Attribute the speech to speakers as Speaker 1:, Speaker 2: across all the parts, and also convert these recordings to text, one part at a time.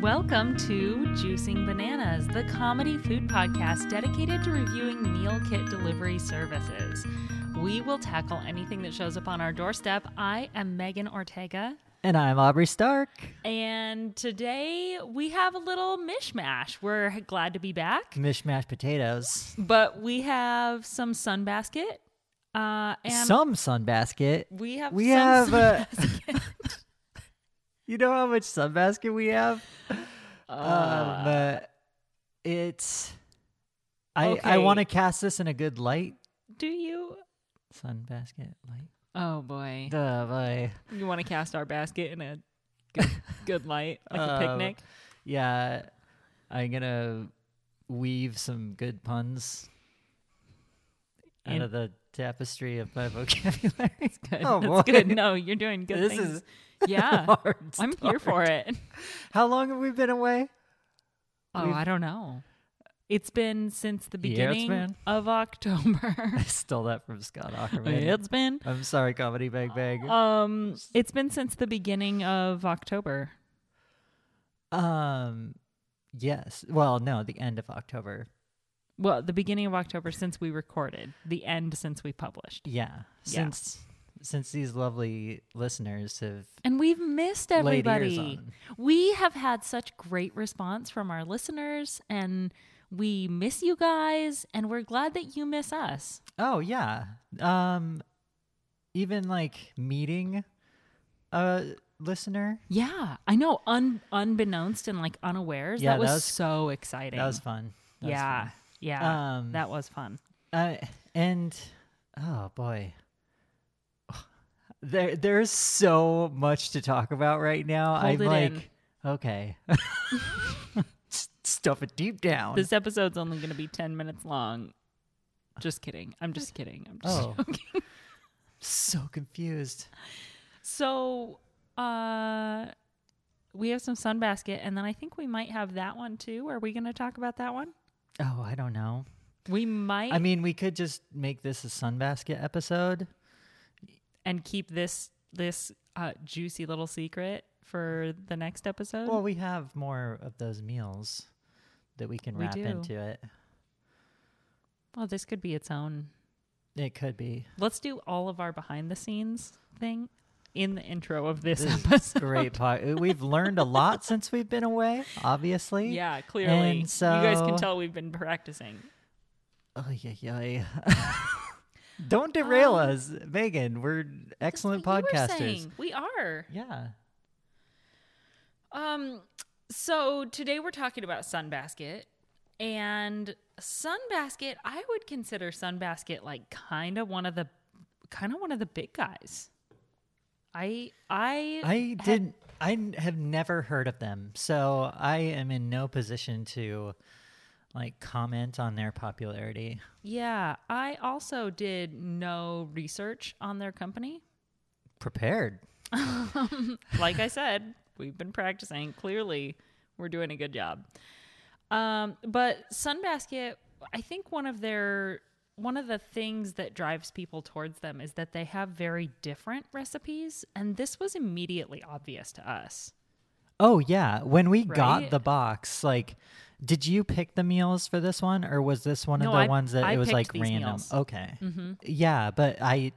Speaker 1: Welcome to Juicing Bananas, the comedy food podcast dedicated to reviewing meal kit delivery services. We will tackle anything that shows up on our doorstep. I am Megan Ortega,
Speaker 2: And I'm Aubrey Stark.
Speaker 1: and today we have a little mishmash. We're glad to be back,
Speaker 2: Mishmash potatoes.
Speaker 1: but we have some sunbasket. Uh, and
Speaker 2: Some sunbasket.
Speaker 1: we have
Speaker 2: We
Speaker 1: some
Speaker 2: have uh,
Speaker 1: sunbasket.
Speaker 2: you know how much sunbasket we have? um, uh, it's I I
Speaker 1: okay.
Speaker 2: want to cast this in a good light.
Speaker 1: Do you?
Speaker 2: Sunbasket light. Uh,
Speaker 1: Oh boy.
Speaker 2: Duh, boy.
Speaker 1: You want to cast our basket in a good, good light, like a
Speaker 2: Um,
Speaker 1: picnic?
Speaker 2: Yeah. I'm gonna weave some good puns out
Speaker 1: In-
Speaker 2: of the tapestry of my vocabulary.
Speaker 1: Good.
Speaker 2: oh,
Speaker 1: That's
Speaker 2: boy.
Speaker 1: good. No, you're doing good
Speaker 2: This
Speaker 1: things.
Speaker 2: is
Speaker 1: yeah.
Speaker 2: hard
Speaker 1: I'm here for it.
Speaker 2: How long have we been away?
Speaker 1: Oh,
Speaker 2: We've-
Speaker 1: I don't know. It's been since the
Speaker 2: Yeah, it's
Speaker 1: beginning
Speaker 2: been.
Speaker 1: of October.
Speaker 2: I stole that from Scott Ackerman.
Speaker 1: it's been
Speaker 2: I'm sorry, Comedy Bang Bang.
Speaker 1: um it's been since the beginning of October. Oh.
Speaker 2: um, yes. Well, no, the end of October.
Speaker 1: Well, the beginning of October since we recorded, the end since we published.
Speaker 2: Yeah.
Speaker 1: Yeah.
Speaker 2: Since since these lovely listeners have
Speaker 1: And we've missed
Speaker 2: laid
Speaker 1: everybody.
Speaker 2: ears on.
Speaker 1: We have had such great response from our listeners and we miss you guys and we're glad that you miss us.
Speaker 2: Oh yeah. Um, even like meeting a listener.
Speaker 1: Yeah, I know un unbeknownst and like unawares.
Speaker 2: Yeah,
Speaker 1: that, was
Speaker 2: that was-
Speaker 1: so exciting.
Speaker 2: That was fun. That was
Speaker 1: yeah.
Speaker 2: fun.
Speaker 1: Yeah.
Speaker 2: Um,
Speaker 1: that was fun.
Speaker 2: Uh, and oh boy, there there's so much to talk about right now.
Speaker 1: Hold
Speaker 2: I'm
Speaker 1: it
Speaker 2: like,
Speaker 1: in.
Speaker 2: okay, S- stuff it deep down.
Speaker 1: This episode's only going to be 10 minutes long. Just kidding. I'm just kidding. I'm just
Speaker 2: Oh.
Speaker 1: joking.
Speaker 2: so confused.
Speaker 1: So, uh we have some sunbasket and then I think we might have that one too. Are we going to talk about that one?
Speaker 2: Oh, I don't know.
Speaker 1: We might
Speaker 2: I mean, we could just make this a sunbasket episode.
Speaker 1: and keep this this uh juicy little secret for the next episode.
Speaker 2: Well, we have more of those meals that we can
Speaker 1: We
Speaker 2: wrap
Speaker 1: do.
Speaker 2: into it.
Speaker 1: well, this could be its own
Speaker 2: It could be
Speaker 1: Let's do all of our behind the scenes thing in the intro of this,
Speaker 2: This is
Speaker 1: episode.
Speaker 2: great. po- We've learned a lot since we've been away. Obviously,
Speaker 1: Yeah, clearly.
Speaker 2: And
Speaker 1: you guys can
Speaker 2: so-
Speaker 1: tell we've been practicing.
Speaker 2: Oh yeah, yeah. Don't derail
Speaker 1: Um,
Speaker 2: us, Megan. We're excellent
Speaker 1: That's what you were
Speaker 2: podcasters.
Speaker 1: saying. We are.
Speaker 2: Yeah.
Speaker 1: Um so today we're talking about Sunbasket and Sunbasket, I would consider Sunbasket like kind of one of the kind of one of the big guys. I I
Speaker 2: I didn't I n- have never heard of them. So I am in no position to like comment on their popularity.
Speaker 1: yeah, I also did no research on their company.
Speaker 2: Prepared.
Speaker 1: like I said, we've been practicing. Clearly, we're doing a good job. Um, but Sunbasket, I think one of their one of the things that drives people towards them is that they have very different recipes, and this was immediately obvious to us.
Speaker 2: Oh yeah. When we
Speaker 1: Right?
Speaker 2: got the box, like did you pick the meals for this one or was this one
Speaker 1: No,
Speaker 2: of the
Speaker 1: I-
Speaker 2: ones that
Speaker 1: I
Speaker 2: it was
Speaker 1: picked
Speaker 2: like
Speaker 1: these
Speaker 2: random?
Speaker 1: meals. Mm-hmm.
Speaker 2: Okay. Yeah, but I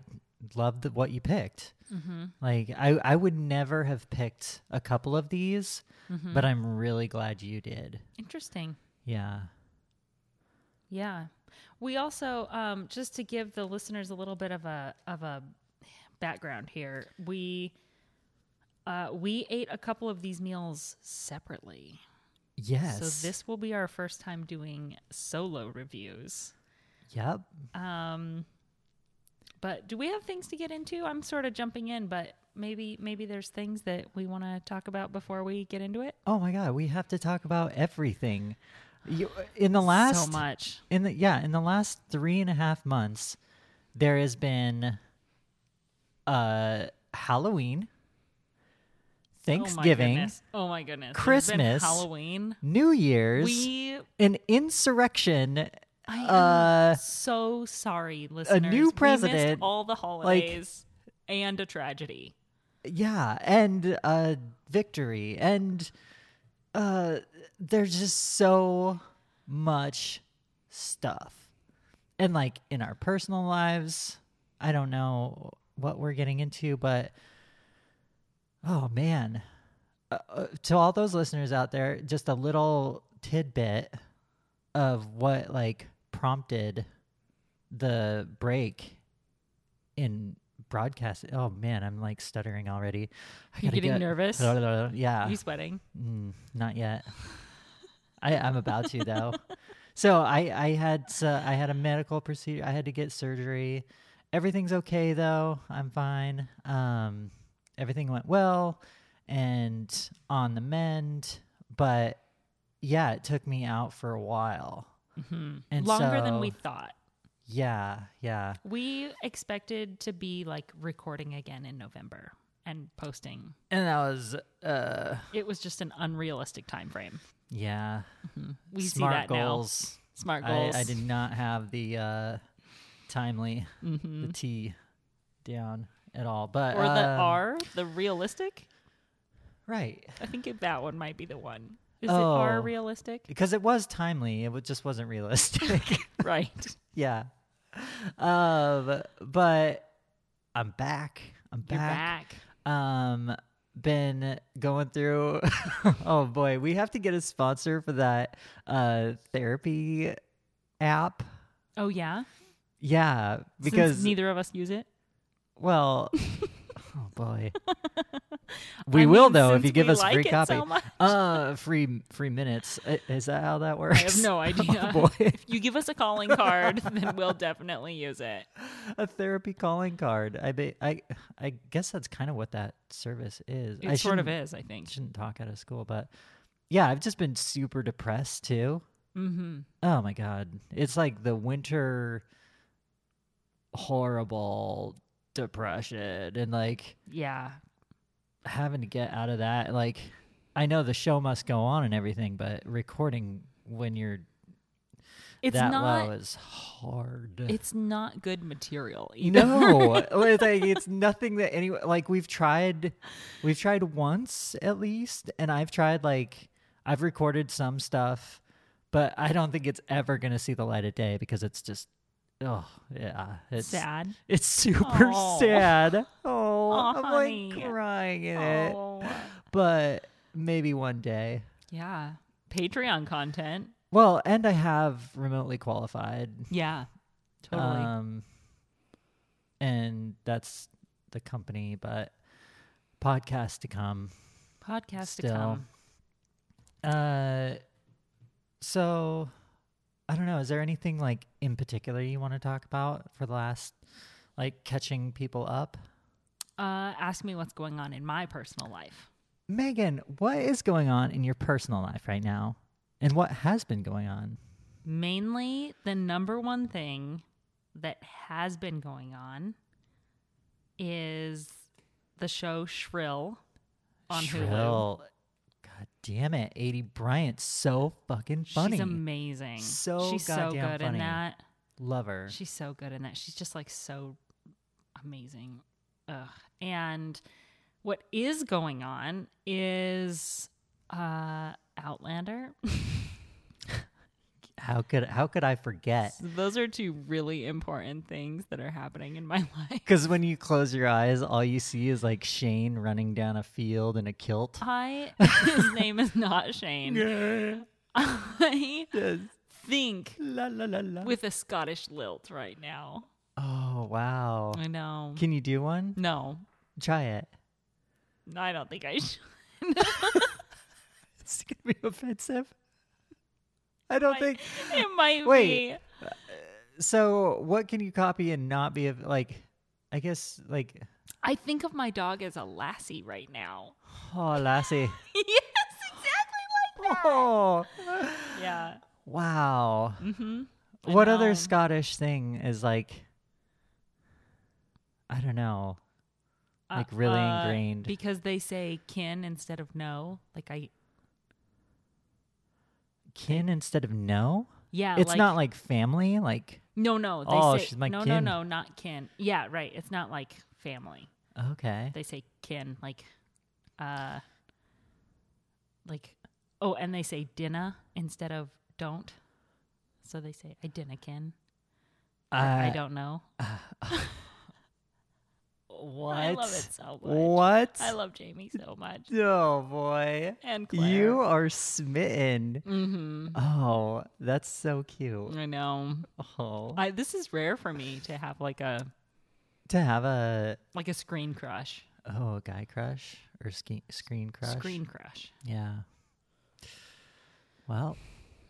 Speaker 2: loved what you picked.
Speaker 1: Mm-hmm.
Speaker 2: Like I, I would never have picked a couple of these,
Speaker 1: Mm-hmm.
Speaker 2: but I'm really glad you did.
Speaker 1: Interesting.
Speaker 2: Yeah.
Speaker 1: Yeah. We also um, just to give the listeners a little bit of a of a background here. We uh, we ate a couple of these meals separately.
Speaker 2: Yes.
Speaker 1: So this will be our first time doing solo reviews.
Speaker 2: Yep.
Speaker 1: Um, but do we have things to get into? I'm sort of jumping in, but maybe maybe there's things that we want to talk about before we get into it.
Speaker 2: Oh my god, we have to talk about everything. You, in the last
Speaker 1: so much.
Speaker 2: in the yeah, in the last three and a half months, there has been uh Halloween,
Speaker 1: Oh my
Speaker 2: Thanksgiving,
Speaker 1: goodness. Oh my goodness. There's been
Speaker 2: Christmas.
Speaker 1: Halloween.
Speaker 2: New Year's,
Speaker 1: We
Speaker 2: an insurrection
Speaker 1: I am
Speaker 2: Uh,
Speaker 1: so sorry, listeners. We missed
Speaker 2: president,
Speaker 1: all the holidays and a tragedy.
Speaker 2: Yeah, and uh victory and uh there's just so much stuff. And like in our personal lives, I don't know what we're getting into, but oh man. Uh, uh, to all those listeners out there, just a little tidbit of what like prompted the break in broadcast. Oh man, I'm like stuttering already. I
Speaker 1: You
Speaker 2: gotta
Speaker 1: getting
Speaker 2: get-
Speaker 1: nervous?
Speaker 2: Yeah.
Speaker 1: you sweating?
Speaker 2: Mm, not yet. I, I'm about to though. So I I had uh, I had a medical procedure. I had to get surgery. Everything's okay though. I'm fine. Um, everything went well and on the mend. But yeah, it took me out for a while. And
Speaker 1: Mm-hmm. Longer than
Speaker 2: so-
Speaker 1: we thought.
Speaker 2: Yeah, yeah.
Speaker 1: We expected to be like recording again in November and posting.
Speaker 2: And that was uh,
Speaker 1: It was just an unrealistic time frame.
Speaker 2: yeah.
Speaker 1: We
Speaker 2: Smart
Speaker 1: see that
Speaker 2: goals.
Speaker 1: now. Smart
Speaker 2: I,
Speaker 1: goals.
Speaker 2: I did not have the uh, timely the T down at all, but
Speaker 1: Mm-hmm. Or the
Speaker 2: um,
Speaker 1: R, the realistic.
Speaker 2: right
Speaker 1: I think it- that one might be the one. Is
Speaker 2: Oh.
Speaker 1: it R realistic?
Speaker 2: because it was timely. It wa- just wasn't realistic.
Speaker 1: right.
Speaker 2: yeah, um, but I'm back. I'm
Speaker 1: You're
Speaker 2: back.
Speaker 1: back.
Speaker 2: Um, been going through. oh boy, we have to get a sponsor for that uh, therapy app.
Speaker 1: Oh yeah.
Speaker 2: Yeah,
Speaker 1: Since
Speaker 2: because
Speaker 1: neither of us use it.
Speaker 2: Well, oh boy. We
Speaker 1: I
Speaker 2: will
Speaker 1: mean,
Speaker 2: though if
Speaker 1: since
Speaker 2: you give
Speaker 1: we
Speaker 2: us
Speaker 1: like
Speaker 2: free
Speaker 1: it
Speaker 2: copy.
Speaker 1: so much.
Speaker 2: uh, free free minutes. I- Is that how that works?
Speaker 1: I have no idea.
Speaker 2: Oh boy,
Speaker 1: If you give us a calling card, then we'll definitely use it.
Speaker 2: a therapy calling card. I be, I I guess that's kind of what that service is.
Speaker 1: It
Speaker 2: I
Speaker 1: sort of
Speaker 2: shouldn't-
Speaker 1: is, I think.
Speaker 2: Shouldn't talk out of school, but yeah, I've just been super depressed too.
Speaker 1: Mm-hmm.
Speaker 2: Oh my god, it's like the winter horrible depression and like
Speaker 1: Yeah.
Speaker 2: having to get out of that like i know the show must go on and everything but recording when you're
Speaker 1: It's
Speaker 2: that
Speaker 1: not
Speaker 2: low is hard
Speaker 1: it's not good material either.
Speaker 2: no it's like it's nothing that any like we've tried we've tried once at least and i've tried like i've recorded some stuff but i don't think it's ever gonna see the light of day because it's just oh yeah it's
Speaker 1: Sad.
Speaker 2: it's super
Speaker 1: Aw.
Speaker 2: sad oh
Speaker 1: Aw,
Speaker 2: i'm
Speaker 1: honey.
Speaker 2: like crying in it
Speaker 1: Oh.
Speaker 2: but maybe one day.
Speaker 1: Yeah. Patreon content.
Speaker 2: Well, and I have remotely qualified.
Speaker 1: Yeah. Totally.
Speaker 2: Um, and that's the company, but podcast to come.
Speaker 1: Podcast
Speaker 2: still.
Speaker 1: to come.
Speaker 2: Uh, so I don't know. Is there anything like in particular you want to talk about for the last, like catching people up?
Speaker 1: Uh, ask me what's going on in my personal life.
Speaker 2: Megan, what is going on in your personal life right now? And what has been going on?
Speaker 1: Mainly the number one thing that has been going on is the show Shrill on Hulu.
Speaker 2: Shrill. God damn it. 80 Bryant's so fucking funny.
Speaker 1: She's amazing.
Speaker 2: So
Speaker 1: She's so
Speaker 2: goddamn
Speaker 1: good in
Speaker 2: funny.
Speaker 1: that.
Speaker 2: Love her.
Speaker 1: She's so good in that. She's just like so amazing. Ugh. And what is going on is uh Outlander.
Speaker 2: How could how could I forget?
Speaker 1: Those are two really important things that are happening in my life.
Speaker 2: Because when you close your eyes, all you see is like Shane running down a field in a kilt.
Speaker 1: I his name is not Shane. I think
Speaker 2: La, la, la, la.
Speaker 1: with a Scottish lilt right now.
Speaker 2: Oh wow.
Speaker 1: I know.
Speaker 2: Can you do one?
Speaker 1: No.
Speaker 2: Try it.
Speaker 1: I don't think I should.
Speaker 2: It's gonna be offensive. I don't think
Speaker 1: It might
Speaker 2: Wait.
Speaker 1: be
Speaker 2: so. What can you copy and not be of like? I guess like
Speaker 1: I think of my dog as a lassie right now.
Speaker 2: oh lassie.
Speaker 1: yes, exactly
Speaker 2: Oh
Speaker 1: like Yeah.
Speaker 2: wow.
Speaker 1: Mm-hmm. I
Speaker 2: What other
Speaker 1: know.
Speaker 2: Scottish thing is like? I don't know. Like really ingrained.
Speaker 1: uh, Because they say kin instead of no. Like I
Speaker 2: Kin instead of no.
Speaker 1: yeah,
Speaker 2: it's
Speaker 1: like,
Speaker 2: not like family. Like
Speaker 1: No, no. They
Speaker 2: Oh,
Speaker 1: say
Speaker 2: she's my
Speaker 1: no,
Speaker 2: kin.
Speaker 1: no, no, not kin. Yeah, right. It's not like family.
Speaker 2: okay.
Speaker 1: They say kin, like uh like Oh, and they say dinna instead of don't. So they say I dinna kin. or I
Speaker 2: Uh,
Speaker 1: don't know.
Speaker 2: What?
Speaker 1: I love it so much.
Speaker 2: What?
Speaker 1: I love Jamie so much.
Speaker 2: Oh boy.
Speaker 1: And Claire.
Speaker 2: You are smitten.
Speaker 1: Mm-hmm.
Speaker 2: Oh, that's so cute.
Speaker 1: I know.
Speaker 2: Oh.
Speaker 1: I this is rare for me to have like a
Speaker 2: to have a
Speaker 1: like a screen crush.
Speaker 2: oh, a guy crush or ski- screen crush.
Speaker 1: Screen crush.
Speaker 2: Yeah. Well,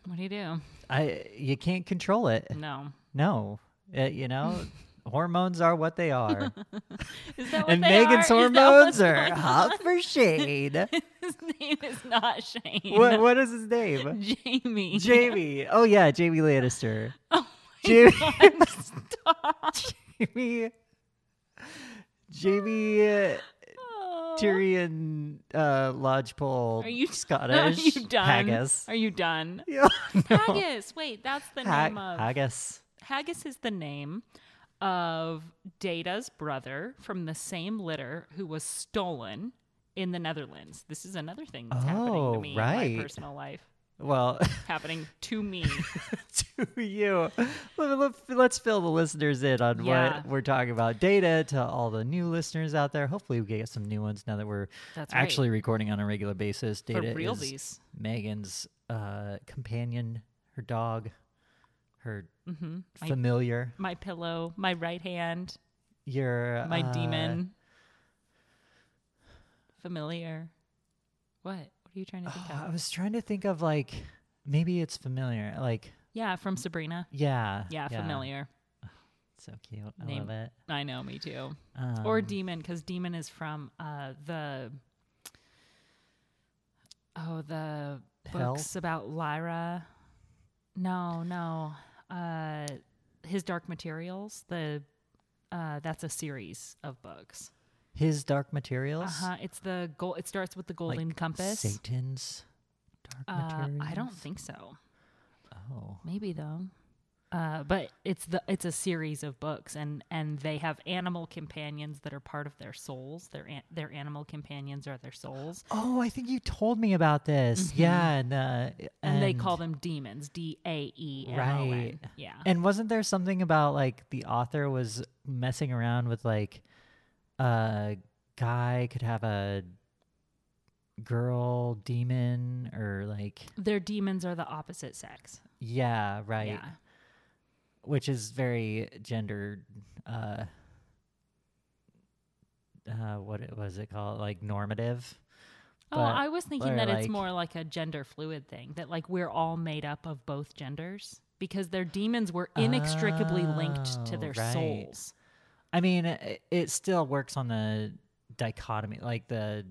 Speaker 1: What do you do?
Speaker 2: I you can't control it.
Speaker 1: No.
Speaker 2: No. Uh, you know, hormones are what they are.
Speaker 1: Is that what
Speaker 2: and
Speaker 1: they
Speaker 2: Megan's
Speaker 1: are? Is that
Speaker 2: hormones
Speaker 1: what's
Speaker 2: are
Speaker 1: going
Speaker 2: hot
Speaker 1: on?
Speaker 2: for shade.
Speaker 1: His name is not Shane.
Speaker 2: what what is his name?
Speaker 1: Jamie.
Speaker 2: Jamie. Oh yeah, Jamie Lannister.
Speaker 1: Oh my
Speaker 2: Jamie
Speaker 1: God, stop.
Speaker 2: Jamie Jamie uh,
Speaker 1: Oh.
Speaker 2: Tyrion uh, Lodgepole
Speaker 1: Are you
Speaker 2: Scottish
Speaker 1: Are you done?
Speaker 2: haggis.
Speaker 1: Are you done?
Speaker 2: Yeah, no.
Speaker 1: Haggis. Wait, that's the
Speaker 2: Ha-
Speaker 1: name of
Speaker 2: haggis.
Speaker 1: Haggis is the name of Data's brother from the same litter who was stolen in the Netherlands. This is another thing that's happening
Speaker 2: Oh,
Speaker 1: to me in
Speaker 2: right.
Speaker 1: my personal life.
Speaker 2: Well,
Speaker 1: Happening to me.
Speaker 2: to you. Let, let, let's fill the listeners in on
Speaker 1: Yeah.
Speaker 2: what we're talking about. Data to all the new listeners out there. Hopefully, we get some new ones now that we're
Speaker 1: That's right.
Speaker 2: actually recording on a regular basis.
Speaker 1: For
Speaker 2: Data is
Speaker 1: realsies.
Speaker 2: Megan's uh, companion, her dog, her
Speaker 1: Mm-hmm. My,
Speaker 2: familiar,
Speaker 1: my pillow, my right hand,
Speaker 2: your
Speaker 1: my
Speaker 2: uh,
Speaker 1: demon. Familiar. What? What are you trying to think
Speaker 2: oh, I
Speaker 1: of?
Speaker 2: was trying to think of like maybe it's familiar. Like
Speaker 1: Yeah, from Sabrina.
Speaker 2: yeah,
Speaker 1: Yeah, familiar.
Speaker 2: So cute. I
Speaker 1: Name.
Speaker 2: love it.
Speaker 1: I know, me too.
Speaker 2: Um,
Speaker 1: or demon because demon is from uh the oh the
Speaker 2: Hell?
Speaker 1: books about lyra no no uh his dark materials the uh that's a series of books
Speaker 2: his dark materials.
Speaker 1: uh-huh it's the gold it starts with the golden compass
Speaker 2: Satan's dark
Speaker 1: uh,
Speaker 2: materials.
Speaker 1: i don't think so
Speaker 2: Oh,
Speaker 1: maybe though uh, but it's the it's a series of books and and they have animal companions that are part of their souls their an- their animal companions are their souls
Speaker 2: oh, I think you told me about this. Yeah, and, uh, and
Speaker 1: Mm-hmm. and, they call them demons d a e M O N.
Speaker 2: Right.
Speaker 1: yeah
Speaker 2: And wasn't there something about like the author was messing around with like a guy could have a girl demon or like
Speaker 1: their demons are the opposite sex
Speaker 2: yeah right
Speaker 1: yeah
Speaker 2: which is very gendered uh uh what it was it called like normative
Speaker 1: oh
Speaker 2: But-
Speaker 1: i was thinking
Speaker 2: or
Speaker 1: that
Speaker 2: like-
Speaker 1: it's more like a gender fluid thing that like we're all made up of both genders because their demons were inextricably linked to
Speaker 2: Oh,
Speaker 1: their
Speaker 2: right.
Speaker 1: souls
Speaker 2: I mean, it, it still works on the dichotomy, like the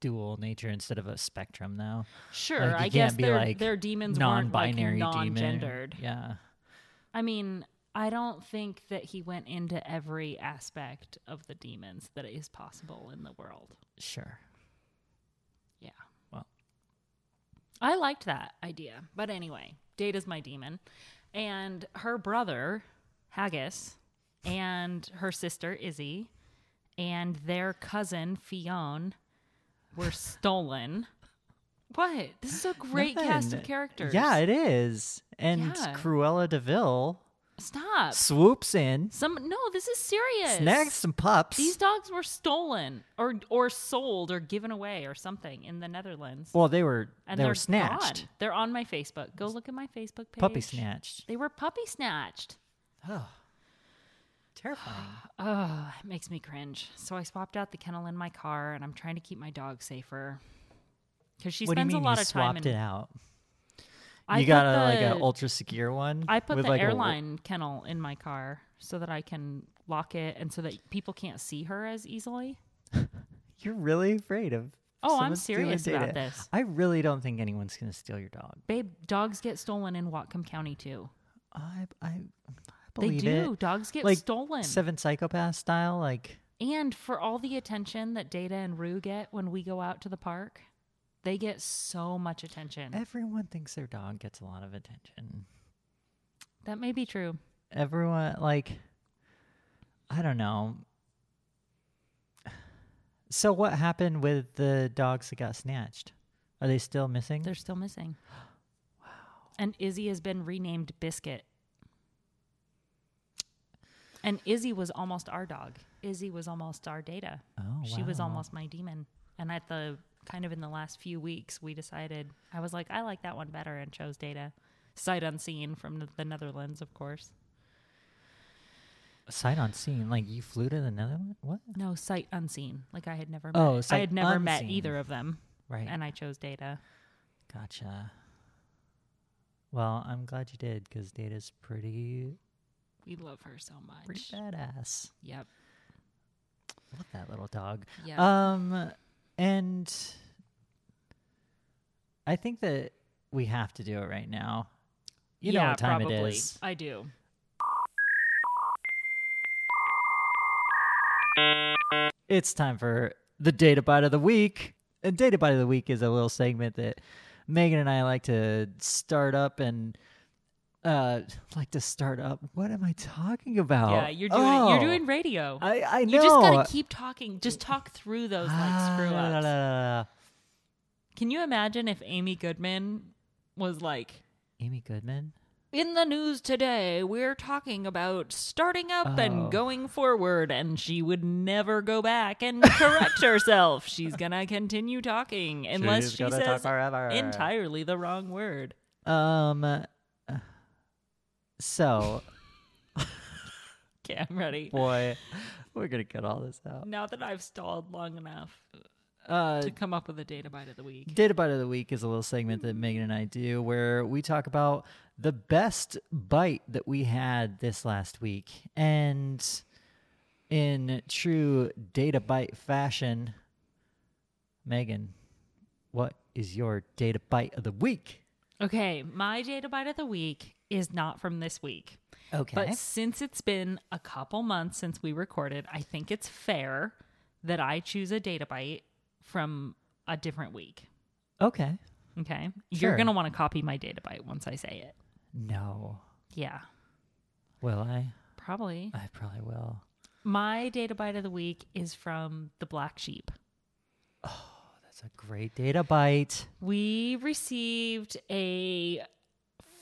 Speaker 2: dual nature instead of a spectrum, though.
Speaker 1: sure
Speaker 2: Like, you
Speaker 1: i
Speaker 2: can't
Speaker 1: guess
Speaker 2: be,
Speaker 1: their,
Speaker 2: like,
Speaker 1: their demons weren't
Speaker 2: Non-binary
Speaker 1: like,
Speaker 2: demon.
Speaker 1: non-gendered
Speaker 2: Yeah.
Speaker 1: I mean, I don't think that he went into every aspect of the demons that is possible in the world.
Speaker 2: Sure.
Speaker 1: Yeah.
Speaker 2: Well.
Speaker 1: I liked that idea. But anyway, Data's my demon. And her brother, Haggis, and her sister, Izzy, and their cousin, Fionn, were stolen. What? This is a great cast of
Speaker 2: Nothing.
Speaker 1: characters.
Speaker 2: Yeah, it is. And
Speaker 1: Yeah.
Speaker 2: Cruella Deville
Speaker 1: Stop.
Speaker 2: swoops in,
Speaker 1: Some no, this is serious.
Speaker 2: snags some pups.
Speaker 1: These dogs were stolen or or sold or given away or something in the Netherlands.
Speaker 2: well, they were
Speaker 1: and
Speaker 2: they
Speaker 1: are
Speaker 2: were snatched.
Speaker 1: Gone. They're on my Facebook. Go look at my Facebook page.
Speaker 2: Puppy snatched.
Speaker 1: They were puppy snatched.
Speaker 2: Oh. Terrifying.
Speaker 1: Oh, it makes me cringe. So I swapped out the kennel in my car, and I'm trying to keep my dog safer because she
Speaker 2: what do you
Speaker 1: spends
Speaker 2: mean
Speaker 1: a lot
Speaker 2: you
Speaker 1: of time.
Speaker 2: swapped
Speaker 1: in,
Speaker 2: it out?
Speaker 1: I
Speaker 2: you
Speaker 1: put
Speaker 2: got a like
Speaker 1: the-
Speaker 2: an ultra secure one.
Speaker 1: I put
Speaker 2: with
Speaker 1: the
Speaker 2: like a-
Speaker 1: airline kennel in my car so that I can lock it and so that people can't see her as easily.
Speaker 2: You're really afraid of.
Speaker 1: Oh, I'm
Speaker 2: someone stealing
Speaker 1: serious about
Speaker 2: data.
Speaker 1: this.
Speaker 2: I really don't think anyone's going to steal your dog.
Speaker 1: Babe, dogs get stolen in Whatcom County too.
Speaker 2: I, I, I
Speaker 1: They
Speaker 2: believe
Speaker 1: do.
Speaker 2: it.
Speaker 1: Dogs get
Speaker 2: Like,
Speaker 1: stolen.
Speaker 2: Seven Psychopath style, like
Speaker 1: And for all the attention that Data and Rue get when we go out to the park, they get so much attention.
Speaker 2: everyone thinks their dog gets a lot of attention.
Speaker 1: That may be true.
Speaker 2: Everyone, like, I don't know. So what happened with the dogs that got snatched? Are they still missing?
Speaker 1: They're still missing. Wow. And Izzy has been renamed Biscuit. And Izzy was almost our dog. Izzy was almost our data.
Speaker 2: oh,
Speaker 1: she was
Speaker 2: wow.
Speaker 1: almost my demon. And at the kind of in the last few weeks, we decided I was like, I like that one better and chose data. Sight unseen from the- the Netherlands, of course.
Speaker 2: sight unseen. Like you flew to the Netherlands. What?
Speaker 1: No, sight unseen. Like I had never met.
Speaker 2: Oh,
Speaker 1: I
Speaker 2: sight
Speaker 1: had never met
Speaker 2: unseen.
Speaker 1: either of them.
Speaker 2: Right.
Speaker 1: And I chose data.
Speaker 2: gotcha. Well, I'm glad you did because Data's pretty
Speaker 1: We love her so much.
Speaker 2: pretty badass.
Speaker 1: Yep.
Speaker 2: Love that little dog.
Speaker 1: Yep.
Speaker 2: Um, and I think that we have to do it right now. You
Speaker 1: yeah,
Speaker 2: know what time
Speaker 1: probably.
Speaker 2: it is.
Speaker 1: I do.
Speaker 2: It's time for the data bite of the week. And data bite of the week is a little segment that Megan and I like to start up and uh like to start up. What am I talking about?
Speaker 1: Yeah, you're doing
Speaker 2: Oh,
Speaker 1: you're doing radio.
Speaker 2: I I know.
Speaker 1: you just gotta keep talking. Just talk through those like screw
Speaker 2: Ah, la,
Speaker 1: ups.
Speaker 2: la, la, la.
Speaker 1: Can you imagine if Amy Goodman was like,
Speaker 2: Amy Goodman.
Speaker 1: in the news today, we're talking about starting up
Speaker 2: Oh.
Speaker 1: and going forward, and she would never go back and correct herself. She's gonna continue talking unless
Speaker 2: She's
Speaker 1: she
Speaker 2: gonna talk
Speaker 1: says
Speaker 2: forever.
Speaker 1: entirely the wrong word.
Speaker 2: Um. So,
Speaker 1: Okay, I'm ready.
Speaker 2: boy, we're gonna cut all this out.
Speaker 1: Now that I've stalled long enough
Speaker 2: Uh,
Speaker 1: to come up with a data bite of the week,
Speaker 2: Data Bite of the Week is a little segment that Megan and I do where we talk about the best bite that we had this last week. And in true Data Bite fashion, Megan, what is your Data Bite of the Week?
Speaker 1: okay, my data bite of the week is not from this week.
Speaker 2: Okay.
Speaker 1: But since it's been a couple months since we recorded, I think it's fair that I choose a data bite from a different week.
Speaker 2: okay.
Speaker 1: Okay.
Speaker 2: Sure.
Speaker 1: You're going to want to copy my data bite once I say it.
Speaker 2: No.
Speaker 1: Yeah.
Speaker 2: Will I?
Speaker 1: Probably.
Speaker 2: I probably will.
Speaker 1: My data bite of the week is from the black sheep.
Speaker 2: That's a great Data Bite.
Speaker 1: We received a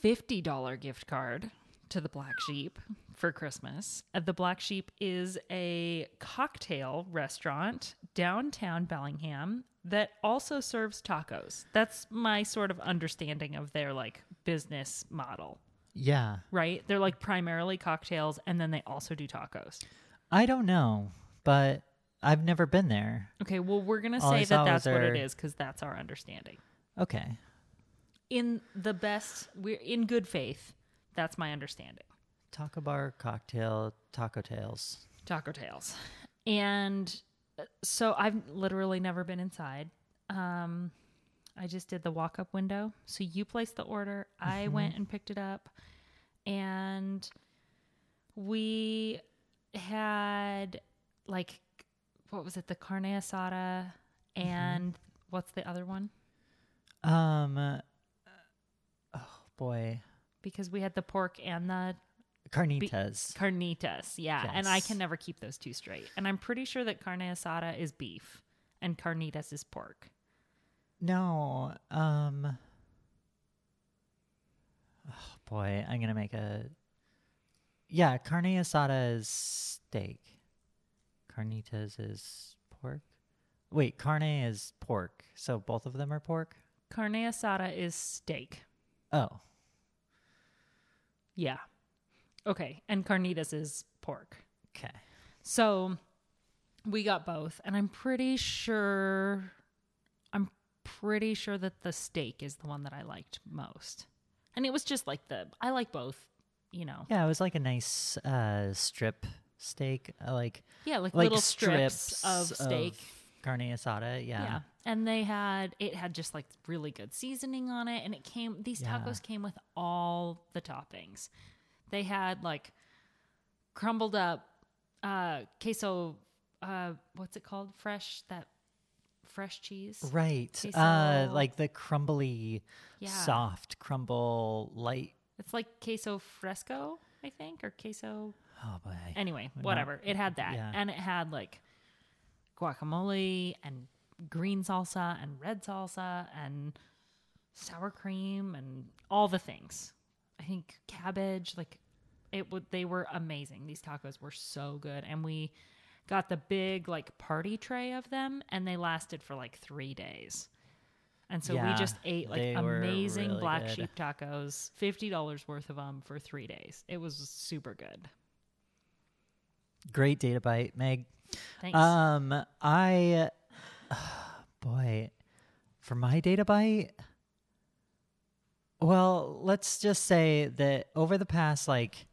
Speaker 1: $50 gift card to the Black Sheep for Christmas. Uh, The Black Sheep is a cocktail restaurant downtown Bellingham that also serves tacos. That's my sort of understanding of their like business model,
Speaker 2: Yeah.
Speaker 1: right? They're like primarily cocktails and then they also do tacos.
Speaker 2: I don't know, but I've never been there.
Speaker 1: Okay, well we're going to
Speaker 2: All Oh, I
Speaker 1: say
Speaker 2: saw
Speaker 1: that that's
Speaker 2: was
Speaker 1: what
Speaker 2: their-
Speaker 1: it is cuz that's our understanding.
Speaker 2: Okay.
Speaker 1: in the best we're in good faith that's my understanding
Speaker 2: Taco bar cocktail taco tails.
Speaker 1: taco tales and uh, so i've literally never been inside um i just did the walk up window so you placed the order i went and picked it up and we had like what was it the carne asada and what's the other one
Speaker 2: Um. uh, Oh boy,
Speaker 1: because we had the pork and the
Speaker 2: carnitas.
Speaker 1: Carnitas, yeah. And I
Speaker 2: Yes.
Speaker 1: can never keep those two straight. And I'm pretty sure that carne asada is beef and carnitas is pork.
Speaker 2: no. Um. Oh boy, I'm gonna make a. Yeah, carne asada is steak. Carnitas is pork. Wait, carne is pork. So both of them are pork.
Speaker 1: Carne asada is steak.
Speaker 2: Oh,
Speaker 1: Yeah. Okay. And carnitas is pork.
Speaker 2: okay.
Speaker 1: So we got both. And I'm pretty sure, I'm pretty sure that the steak is the one that I liked most. And it was just like the, I like both, you know.
Speaker 2: Yeah, it was like a nice uh, strip steak, uh, like
Speaker 1: Yeah, like,
Speaker 2: like
Speaker 1: little
Speaker 2: strips,
Speaker 1: strips, of steak.
Speaker 2: carne asada. Yeah.
Speaker 1: Yeah. And they had it had just like really good seasoning on it and it came these
Speaker 2: Yeah.
Speaker 1: tacos came with all the toppings. They had like crumbled up uh queso uh what's it called? Fresh that fresh cheese.
Speaker 2: Right.
Speaker 1: Queso.
Speaker 2: Uh, like the crumbly,
Speaker 1: Yeah.
Speaker 2: soft crumble, light.
Speaker 1: It's like queso fresco, I think, or queso
Speaker 2: Oh boy.
Speaker 1: anyway, whatever. It had that.
Speaker 2: yeah.
Speaker 1: And it had like guacamole and green salsa and red salsa and sour cream and all the things. I think cabbage, like it would they were amazing. These tacos were so good and we got the big like party tray of them and they lasted for like 3 days. And so we
Speaker 2: Yeah,
Speaker 1: just ate like
Speaker 2: they were
Speaker 1: amazing
Speaker 2: really
Speaker 1: black
Speaker 2: good.
Speaker 1: sheep tacos, $50 worth of them for 3 days. It was super good.
Speaker 2: Great data bite, Meg.
Speaker 1: Thanks.
Speaker 2: Um, I, boy, for my data bite, well, let's just say that over the past, like,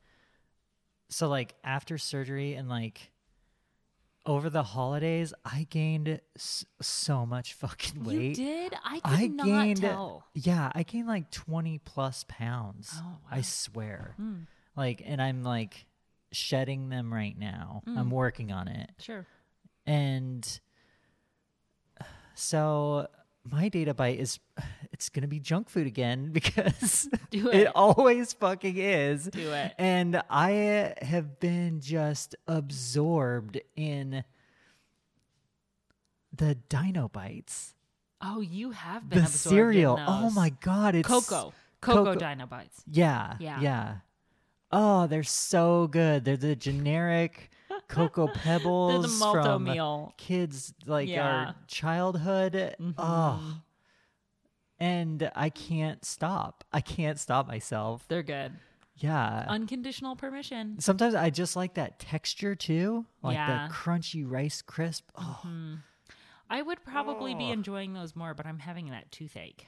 Speaker 2: so, like, after surgery and, like, over the holidays, I gained s- so much fucking weight.
Speaker 1: you did? I could
Speaker 2: I
Speaker 1: not
Speaker 2: gained,
Speaker 1: tell.
Speaker 2: yeah, I gained like 20 plus pounds.
Speaker 1: Oh, wow.
Speaker 2: I swear.
Speaker 1: Hmm.
Speaker 2: Like, and I'm like shedding them right now.
Speaker 1: Mm.
Speaker 2: I'm working on it.
Speaker 1: Sure.
Speaker 2: And so my data byte is it's gonna be junk food again because
Speaker 1: Do it.
Speaker 2: always fucking is.
Speaker 1: Do it.
Speaker 2: And I have been just absorbed in the dino bites.
Speaker 1: Oh, you have been
Speaker 2: The
Speaker 1: absorbed in
Speaker 2: cereal. Oh
Speaker 1: those.
Speaker 2: my god, it's
Speaker 1: Cocoa. Cocoa,
Speaker 2: Cocoa.
Speaker 1: Dino Bites.
Speaker 2: Yeah.
Speaker 1: Yeah.
Speaker 2: Yeah. Oh, they're so good. They're the generic cocoa
Speaker 1: They're the
Speaker 2: pebbles
Speaker 1: Malto
Speaker 2: from
Speaker 1: meal.
Speaker 2: kids like
Speaker 1: Yeah. Mm-hmm.
Speaker 2: our childhood. Oh. And I can't stop. I can't stop myself.
Speaker 1: They're good.
Speaker 2: Yeah.
Speaker 1: Unconditional permission.
Speaker 2: Sometimes I just like that texture too, like
Speaker 1: Yeah. Mm-hmm.
Speaker 2: the crunchy rice crisp. Oh,
Speaker 1: Hmm. I would probably be enjoying those more, but I'm having that toothache.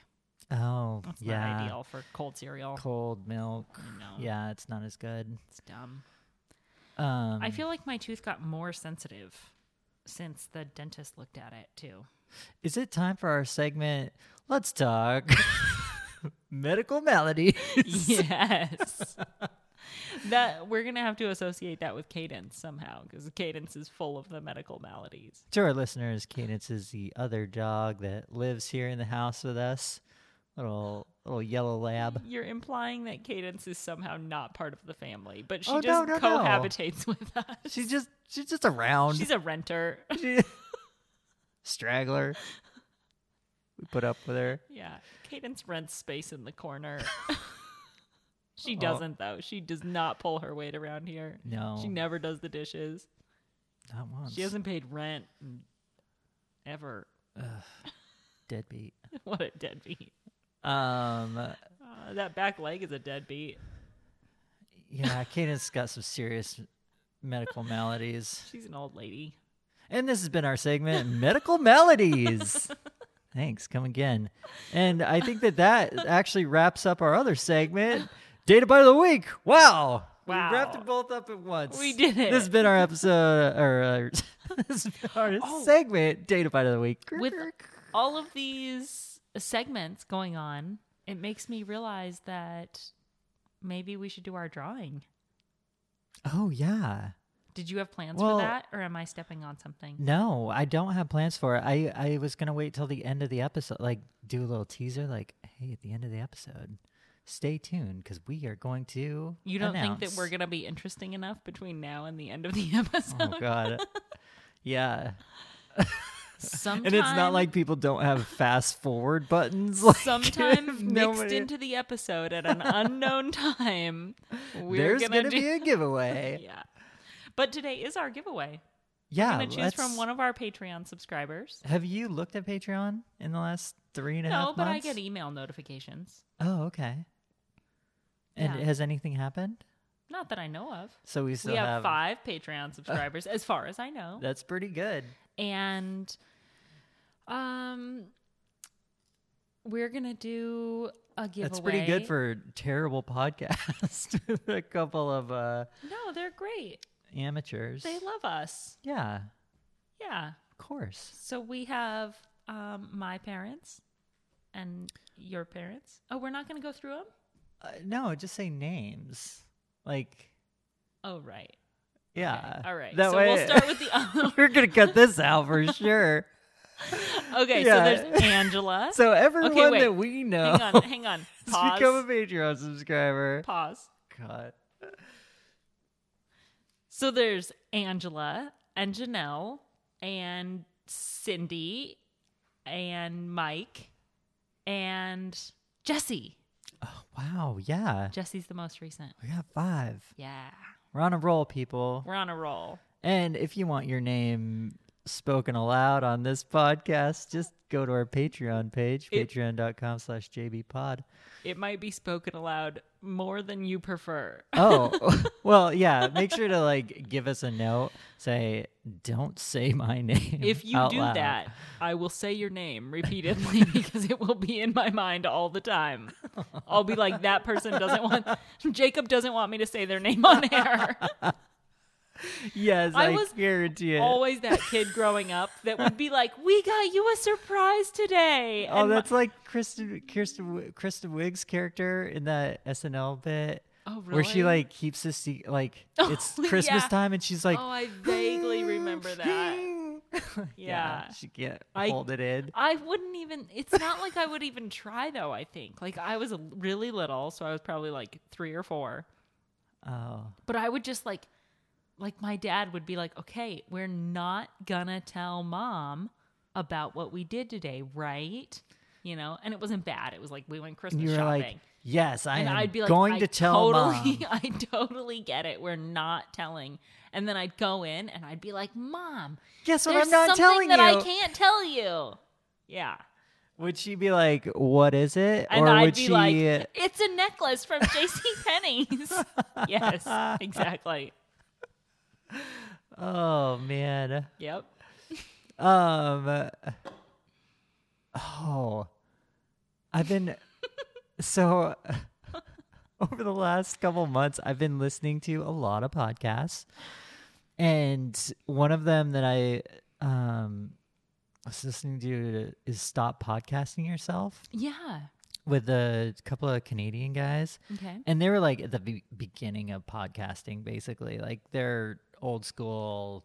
Speaker 2: oh,
Speaker 1: That's
Speaker 2: yeah.
Speaker 1: not ideal for cold cereal.
Speaker 2: Cold milk.
Speaker 1: No.
Speaker 2: Yeah, it's not as good.
Speaker 1: It's dumb.
Speaker 2: Um,
Speaker 1: I feel like my tooth got more sensitive since the dentist looked at it too.
Speaker 2: Is it time for our segment? Let's talk medical malady.
Speaker 1: yes. That we're gonna have to associate that with cadence somehow, because cadence is full of the medical maladies.
Speaker 2: to our listeners, Cadence is the other dog that lives here in the house with us. Little little yellow lab.
Speaker 1: You're implying that cadence is somehow not part of the family, but she
Speaker 2: Oh, no,
Speaker 1: just
Speaker 2: no, no.
Speaker 1: cohabitates with us.
Speaker 2: She's just she's just around.
Speaker 1: She's a renter.
Speaker 2: She- straggler. We put up with her.
Speaker 1: Yeah. Cadence rents space in the corner. she
Speaker 2: Oh.
Speaker 1: doesn't, though. She does not pull her weight around here.
Speaker 2: No,
Speaker 1: She never does the dishes.
Speaker 2: not once.
Speaker 1: She hasn't paid rent in- ever.
Speaker 2: deadbeat.
Speaker 1: what a deadbeat.
Speaker 2: Um,
Speaker 1: Uh, that back leg is a deadbeat.
Speaker 2: yeah, Cadence got some serious medical maladies.
Speaker 1: She's an old lady.
Speaker 2: And this has been our segment, Medical Melodies. Thanks, come again. And I think that that actually wraps up our other segment, Data Bite of the Week. Wow.
Speaker 1: Wow.
Speaker 2: We wrapped it both up at once.
Speaker 1: We did it.
Speaker 2: This has been our episode, or uh, this has been our segment, Data Bite of the Week.
Speaker 1: Oh. With all of these segments going on, it makes me realize that maybe we should do our drawing.
Speaker 2: oh, yeah.
Speaker 1: Did you have plans
Speaker 2: Well-
Speaker 1: for that, or am I stepping on something?
Speaker 2: No, I don't have plans for it. I, I was going to wait till the end of the episode, like do a little teaser, like, hey, at the end of the episode, stay tuned because we are going to.
Speaker 1: You don't think that
Speaker 2: announce.
Speaker 1: we're going to be interesting enough between now and the end of the episode?
Speaker 2: Oh god. Yeah.
Speaker 1: Sometimes,
Speaker 2: And it's not like people don't have fast forward buttons. Like if
Speaker 1: sometime mixed
Speaker 2: nobody-
Speaker 1: into the episode at an unknown time. We're
Speaker 2: there's
Speaker 1: gonna,
Speaker 2: gonna,
Speaker 1: do,
Speaker 2: be a giveaway.
Speaker 1: yeah. But today is our giveaway.
Speaker 2: yeah.
Speaker 1: We're gonna choose from
Speaker 2: Uh, let's-
Speaker 1: one of our Patreon subscribers.
Speaker 2: Have you looked at Patreon in the last three and a half
Speaker 1: No, but I
Speaker 2: months?
Speaker 1: get e- email notifications.
Speaker 2: Oh, okay. And
Speaker 1: Yeah.
Speaker 2: has anything happened?
Speaker 1: Not that I know of.
Speaker 2: So we still
Speaker 1: we have, five Patreon subscribers, as far as I know.
Speaker 2: That's pretty good.
Speaker 1: and um we're gonna do a giveaway.
Speaker 2: That's pretty good for terrible podcast. with a couple of uh,
Speaker 1: No, they're great.
Speaker 2: amateurs.
Speaker 1: They love us.
Speaker 2: yeah,
Speaker 1: Yeah.
Speaker 2: of course.
Speaker 1: So we have um, my parents and your parents. Oh, we're not going to go through them?
Speaker 2: Uh, no, just say names. Like
Speaker 1: Oh, right. Okay.
Speaker 2: Yeah.
Speaker 1: All right.
Speaker 2: That
Speaker 1: so
Speaker 2: way,
Speaker 1: we'll start with the.
Speaker 2: we're gonna cut this out for sure.
Speaker 1: okay.
Speaker 2: Yeah.
Speaker 1: So there's Angela.
Speaker 2: So everyone
Speaker 1: wait.
Speaker 2: that we know
Speaker 1: hang on. Hang on.
Speaker 2: has
Speaker 1: Pause.
Speaker 2: become a Patreon subscriber.
Speaker 1: Pause.
Speaker 2: God.
Speaker 1: So there's Angela and Janelle and Cindy and Mike and Jesse.
Speaker 2: Wow. Yeah.
Speaker 1: Jesse's the most recent.
Speaker 2: We got five.
Speaker 1: Yeah.
Speaker 2: We're on a roll, people.
Speaker 1: We're on a roll.
Speaker 2: And if you want your name spoken aloud on this podcast, just go to our Patreon page,
Speaker 1: It-
Speaker 2: patreon.com slash jbpod.
Speaker 1: It might be spoken aloud more than you prefer.
Speaker 2: Oh, well, yeah. Make sure to like give us a note. Say, don't say my name.
Speaker 1: If you
Speaker 2: out
Speaker 1: do
Speaker 2: loud."
Speaker 1: that, I will say your name repeatedly because it will be in my mind all the time. I'll be like, that person doesn't want, Jacob doesn't want me to say their name on air.
Speaker 2: yes, I,
Speaker 1: I was
Speaker 2: guarantee it.
Speaker 1: Always that kid growing up that would be like, we got you a surprise today.
Speaker 2: oh,
Speaker 1: And my-
Speaker 2: that's like Kristen, Kristen, Wi- Kristen Wiig's character in that SNL bit.
Speaker 1: Oh,
Speaker 2: Where
Speaker 1: really?
Speaker 2: she
Speaker 1: Oh,
Speaker 2: like keeps this se- like it's
Speaker 1: yeah.
Speaker 2: Christmas time and she's like,
Speaker 1: oh, I vaguely remember that.
Speaker 2: yeah,
Speaker 1: Yeah.
Speaker 2: she can't
Speaker 1: I-
Speaker 2: hold it in.
Speaker 1: I wouldn't even. It's not like I would even try though. I think like I was really little, so I was probably like three or four.
Speaker 2: Oh,
Speaker 1: But I would just like, like my dad would be like, "Okay, we're not gonna tell mom about what we did today, right?" You know, and it wasn't bad. It was like we went Christmas
Speaker 2: you were
Speaker 1: shopping.
Speaker 2: like, yes, I
Speaker 1: and
Speaker 2: am
Speaker 1: I'd be like,
Speaker 2: going
Speaker 1: I
Speaker 2: to tell
Speaker 1: totally,
Speaker 2: mom.
Speaker 1: I totally get it. We're not telling. And then I'd go in and I'd be like, "Mom,
Speaker 2: Guess what?
Speaker 1: there's
Speaker 2: I'm not
Speaker 1: something
Speaker 2: telling
Speaker 1: that
Speaker 2: you.
Speaker 1: I can't tell you." Yeah.
Speaker 2: Would she be like, "What is it?"
Speaker 1: And
Speaker 2: or
Speaker 1: I'd
Speaker 2: would
Speaker 1: be
Speaker 2: she? uh,
Speaker 1: like, it's a necklace from JC Penney's. yes, exactly.
Speaker 2: oh man.
Speaker 1: Yep.
Speaker 2: Um. Oh, I've been so over the last couple months. I've been listening to a lot of podcasts, and one of them that I um was listening to is "Stop Podcasting Yourself"
Speaker 1: Yeah.
Speaker 2: with a couple of Canadian guys.
Speaker 1: Okay.
Speaker 2: And they were like at the be- beginning of podcasting, basically. Like they're old school,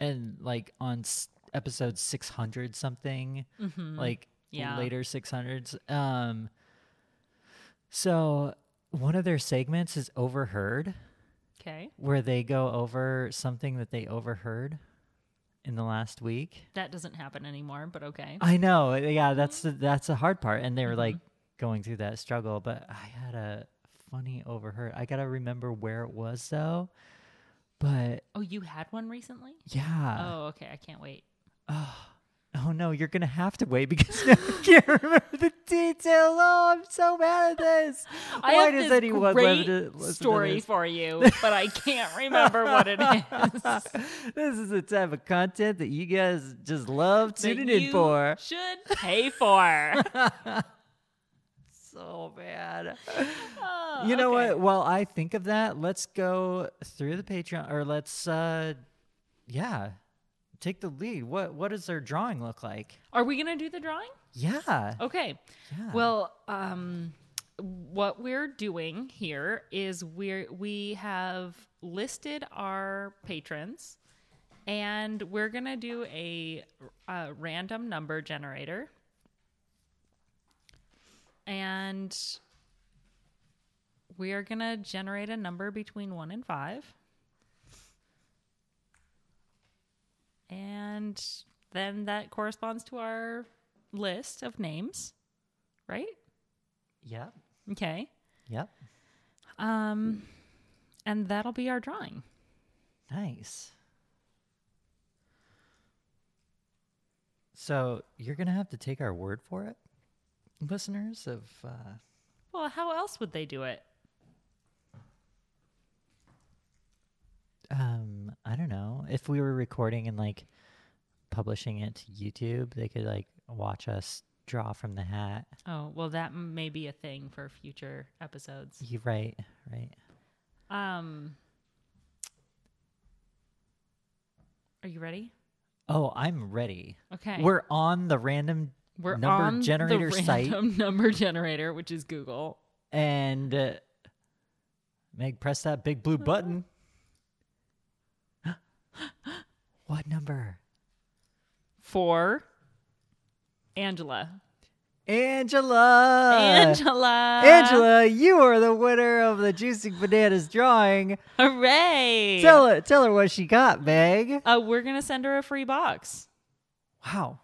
Speaker 2: and like on s- episode six hundred something,
Speaker 1: Mm-hmm.
Speaker 2: like
Speaker 1: Yeah.
Speaker 2: later six hundreds. Um, so one of their segments is overheard,
Speaker 1: Okay.
Speaker 2: where they go over something that they overheard in the last week.
Speaker 1: That doesn't happen anymore, but okay.
Speaker 2: I know. Yeah, that's the that's the hard part. And they were like
Speaker 1: Mm-hmm.
Speaker 2: going through that struggle. But I had a funny overheard. I gotta remember where it was though. But
Speaker 1: Oh, you had one recently?
Speaker 2: yeah.
Speaker 1: Oh, okay. I can't wait.
Speaker 2: Oh, no, you're gonna have to wait because now I can't remember the detail. Oh, I'm so mad at this.
Speaker 1: I
Speaker 2: Why
Speaker 1: have
Speaker 2: does
Speaker 1: this
Speaker 2: anyone
Speaker 1: great
Speaker 2: listen to, listen to
Speaker 1: story
Speaker 2: this?
Speaker 1: for you, but I can't remember what it is.
Speaker 2: This is the type of content that you guys just love
Speaker 1: that
Speaker 2: tuning
Speaker 1: you
Speaker 2: in for.
Speaker 1: Should pay for.
Speaker 2: So bad.
Speaker 1: Oh,
Speaker 2: You know
Speaker 1: okay.
Speaker 2: what? While I think of that, let's go through the Patreon or let's uh yeah. Take the lead. What what does their drawing look like?
Speaker 1: Are we going to do the drawing?
Speaker 2: Yeah.
Speaker 1: Okay.
Speaker 2: Yeah.
Speaker 1: Well, um, what we're doing here is we're we have listed our patrons, and we're gonna do a, uh random number generator, and we are gonna generate a number between one and five, and then that corresponds to our list of names, right?
Speaker 2: Yep.
Speaker 1: Okay.
Speaker 2: Yep.
Speaker 1: Um, and that'll be our drawing.
Speaker 2: Nice. So you're gonna have to take our word for it, listeners of uh
Speaker 1: Well, how else would they do it?
Speaker 2: um I don't know. If we were recording and like publishing it to YouTube, they could like watch us draw from the hat.
Speaker 1: Oh, well, that m- may be a thing for future episodes.
Speaker 2: You right, right.
Speaker 1: Um, are you ready?
Speaker 2: Oh, I'm ready.
Speaker 1: Okay.
Speaker 2: We're on the random
Speaker 1: We're
Speaker 2: number
Speaker 1: on
Speaker 2: generator
Speaker 1: the
Speaker 2: site,
Speaker 1: random number generator, which is Google.
Speaker 2: and uh, Meg, press that big blue button. what number?
Speaker 1: For Angela.
Speaker 2: Angela.
Speaker 1: Angela.
Speaker 2: Uh, Angela, you are the winner of the Juicing Bananas drawing.
Speaker 1: Hooray.
Speaker 2: Tell her, tell her what she got, Meg.
Speaker 1: uh, we're going to send her a free box.
Speaker 2: Wow.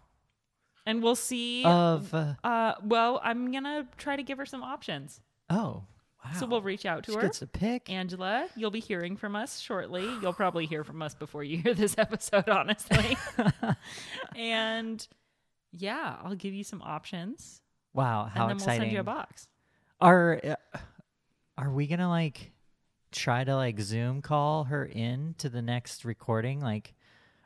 Speaker 1: and we'll see.
Speaker 2: Of uh,
Speaker 1: uh, well, I'm gonna try to give her some options.
Speaker 2: oh, wow.
Speaker 1: So we'll reach out to
Speaker 2: She
Speaker 1: her.
Speaker 2: gets a pick.
Speaker 1: Angela, you'll be hearing from us shortly. You'll probably hear from us before you hear this episode, honestly. and yeah, I'll give you some options,
Speaker 2: wow, how
Speaker 1: and then
Speaker 2: exciting!
Speaker 1: we'll send you a box.
Speaker 2: Are uh, are we gonna like try to like Zoom call her in to the next recording, like,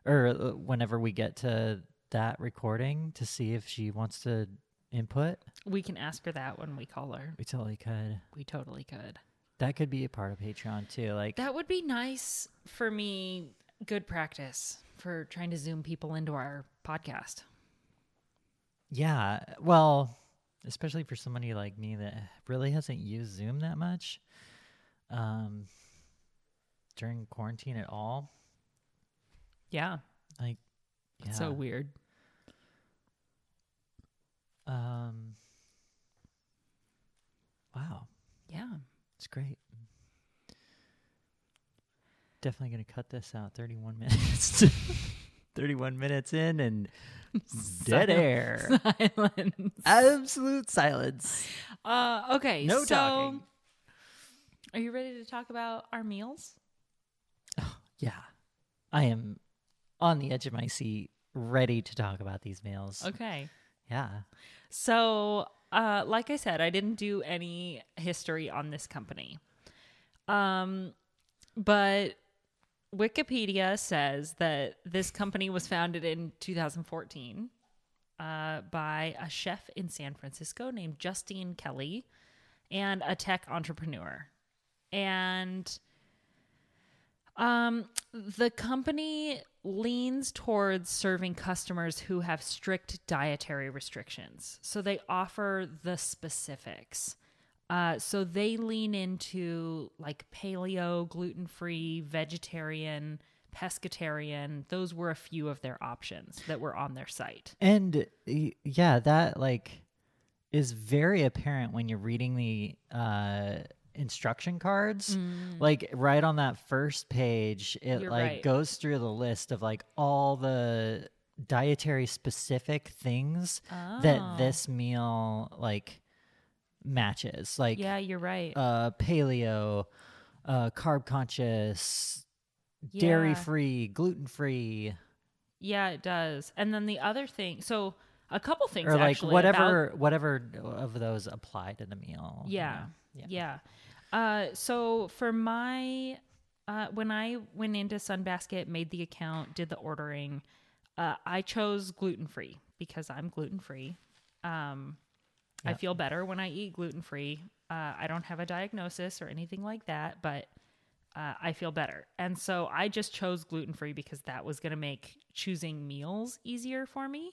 Speaker 2: or uh, whenever we get to that recording to see if she wants to input?
Speaker 1: We can ask her that when we call her.
Speaker 2: We totally could.
Speaker 1: We totally could.
Speaker 2: That could be a part of Patreon too. Like,
Speaker 1: That would be nice for me. Good practice for trying to zoom people into our podcast.
Speaker 2: yeah, well, especially for somebody like me that really hasn't used Zoom that much, um, during quarantine at all.
Speaker 1: Yeah,
Speaker 2: Like, yeah.
Speaker 1: it's so weird.
Speaker 2: Um, wow,
Speaker 1: Yeah.
Speaker 2: it's great. Definitely going to cut this out 31 minutes. 31 minutes in and dead air.
Speaker 1: Silence.
Speaker 2: Absolute silence.
Speaker 1: Uh, okay.
Speaker 2: No
Speaker 1: so
Speaker 2: talking.
Speaker 1: Are you ready to talk about our meals?
Speaker 2: Yeah. I am on the edge of my seat, ready to talk about these meals.
Speaker 1: Okay.
Speaker 2: Yeah.
Speaker 1: So, uh, like I said, I didn't do any history on this company. Um, but Wikipedia says that this company was founded in 2014 uh, by a chef in San Francisco named Justine Kelly and a tech entrepreneur. And um, the company leans towards serving customers who have strict dietary restrictions. So they offer the specifics. Uh, so they lean into like paleo, gluten free, vegetarian, pescatarian. Those were a few of their options that were on their site.
Speaker 2: And y- yeah, that like is very apparent when you're reading the uh instruction
Speaker 1: Mm-hmm.
Speaker 2: cards. Like right on that first page, it
Speaker 1: Mm. You're
Speaker 2: like
Speaker 1: right.
Speaker 2: goes through the list of like all the dietary specific things
Speaker 1: Oh.
Speaker 2: that this meal like matches. Like
Speaker 1: Yeah, you're right.
Speaker 2: uh paleo, uh carb conscious,
Speaker 1: Yeah.
Speaker 2: dairy free, gluten free,
Speaker 1: Yeah, it does. And then the other thing, so a couple things
Speaker 2: or like
Speaker 1: actually about-
Speaker 2: whatever whatever of those apply to the meal. you
Speaker 1: Yeah.
Speaker 2: know?
Speaker 1: Yeah. Uh, so for my, uh, when I went into Sunbasket, made the account, did the ordering, uh, I chose gluten free because I'm gluten free. Um, I feel better when I eat gluten free. Uh, I don't have a diagnosis or anything like that, but uh, I feel better. And so I just chose gluten free because that was going to make choosing meals easier for me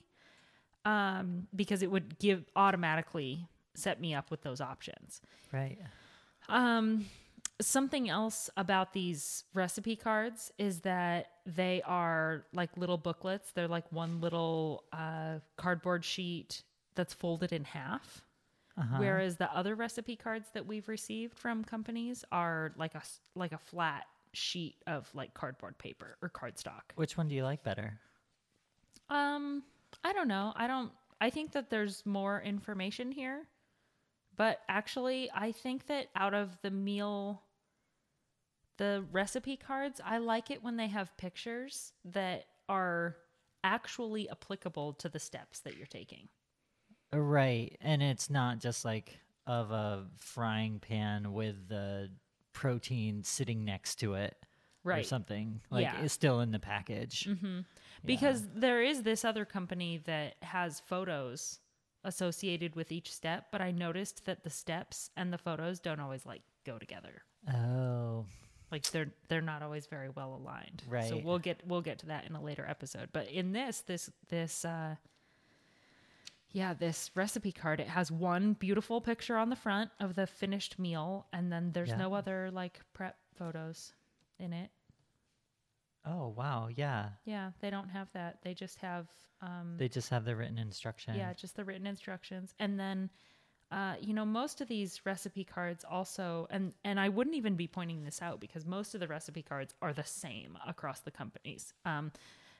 Speaker 1: um, because it would give automatically set me up with those options.
Speaker 2: Right.
Speaker 1: Um, something else about these recipe cards is that they are like little booklets. They're like one little uh, cardboard sheet that's folded in half.
Speaker 2: Uh-huh.
Speaker 1: Whereas the other recipe cards that we've received from companies are like a s- like a flat sheet of like cardboard paper or cardstock.
Speaker 2: Which one do you like better?
Speaker 1: Um, I don't know. I don't. I think that there's more information here, but actually, I think that out of the meal, the recipe cards, I like it when they have pictures that are actually applicable to the steps that you're taking.
Speaker 2: Uh, Right. And it's not just like of a frying pan with the protein sitting next to it or
Speaker 1: Right.
Speaker 2: something. Like
Speaker 1: Yeah.
Speaker 2: it's still in the package.
Speaker 1: because there is this other company that has photos associated with each step, but I noticed that the steps and the photos don't always like go together.
Speaker 2: Oh.
Speaker 1: like they're they're not always very well aligned so
Speaker 2: Right.
Speaker 1: we'll get we'll get to that in a later episode but in this this this uh yeah this recipe card it has one beautiful picture on the front of the finished meal and then there's
Speaker 2: Yeah.
Speaker 1: no other like prep photos in it
Speaker 2: Oh wow, yeah.
Speaker 1: yeah they don't have that they just have um
Speaker 2: They just have the written instruction.
Speaker 1: yeah just the written instructions and then uh, you know most of these recipe cards also and and i wouldn't even be pointing this out because most of the recipe cards are the same across the companies um,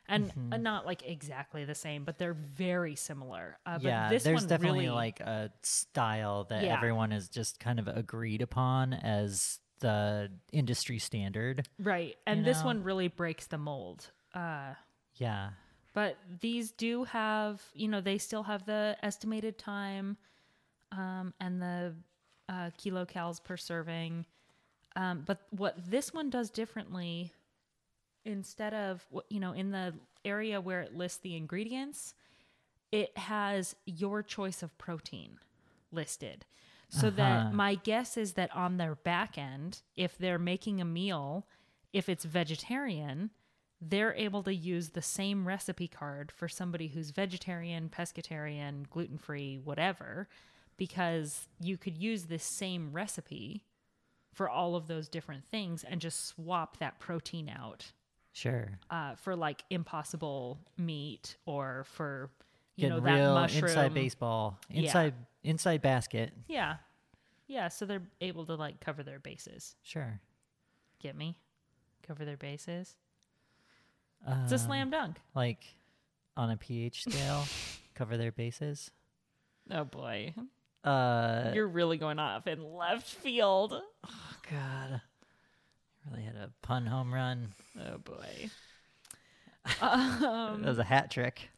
Speaker 1: and
Speaker 2: Mm-hmm.
Speaker 1: uh, not like exactly the same, but they're very similar. Uh, but
Speaker 2: yeah,
Speaker 1: this
Speaker 2: there's
Speaker 1: one
Speaker 2: definitely
Speaker 1: really,
Speaker 2: like a style that
Speaker 1: Yeah.
Speaker 2: everyone has just kind of agreed upon as the industry standard.
Speaker 1: right, and
Speaker 2: you
Speaker 1: this
Speaker 2: know?
Speaker 1: one really breaks the mold. Uh,
Speaker 2: Yeah.
Speaker 1: but these do have, you know, they still have the estimated time um, and the uh, kilocals per serving. Um, but what this one does differently, instead of, what- you know, in the area where it lists the ingredients, it has your choice of protein listed. So that my guess is that on their back end, if they're making a meal, if it's vegetarian, they're able to use the same recipe card for somebody who's vegetarian, pescatarian, gluten free, whatever, because you could use this same recipe for all of those different things and just swap that protein out
Speaker 2: Sure.
Speaker 1: uh, for like impossible meat or for, you
Speaker 2: Getting
Speaker 1: know, that
Speaker 2: real
Speaker 1: mushroom.
Speaker 2: inside baseball. Inside inside basket.
Speaker 1: Yeah. Yeah. So they're able to like cover their bases.
Speaker 2: Sure.
Speaker 1: Get me? Cover their bases. It's
Speaker 2: Um,
Speaker 1: a slam dunk.
Speaker 2: Like on a pH scale, cover their bases.
Speaker 1: Oh boy.
Speaker 2: Uh
Speaker 1: You're really going off in left field.
Speaker 2: oh god. Really had a pun home run.
Speaker 1: Oh boy. Um,
Speaker 2: that was a hat trick.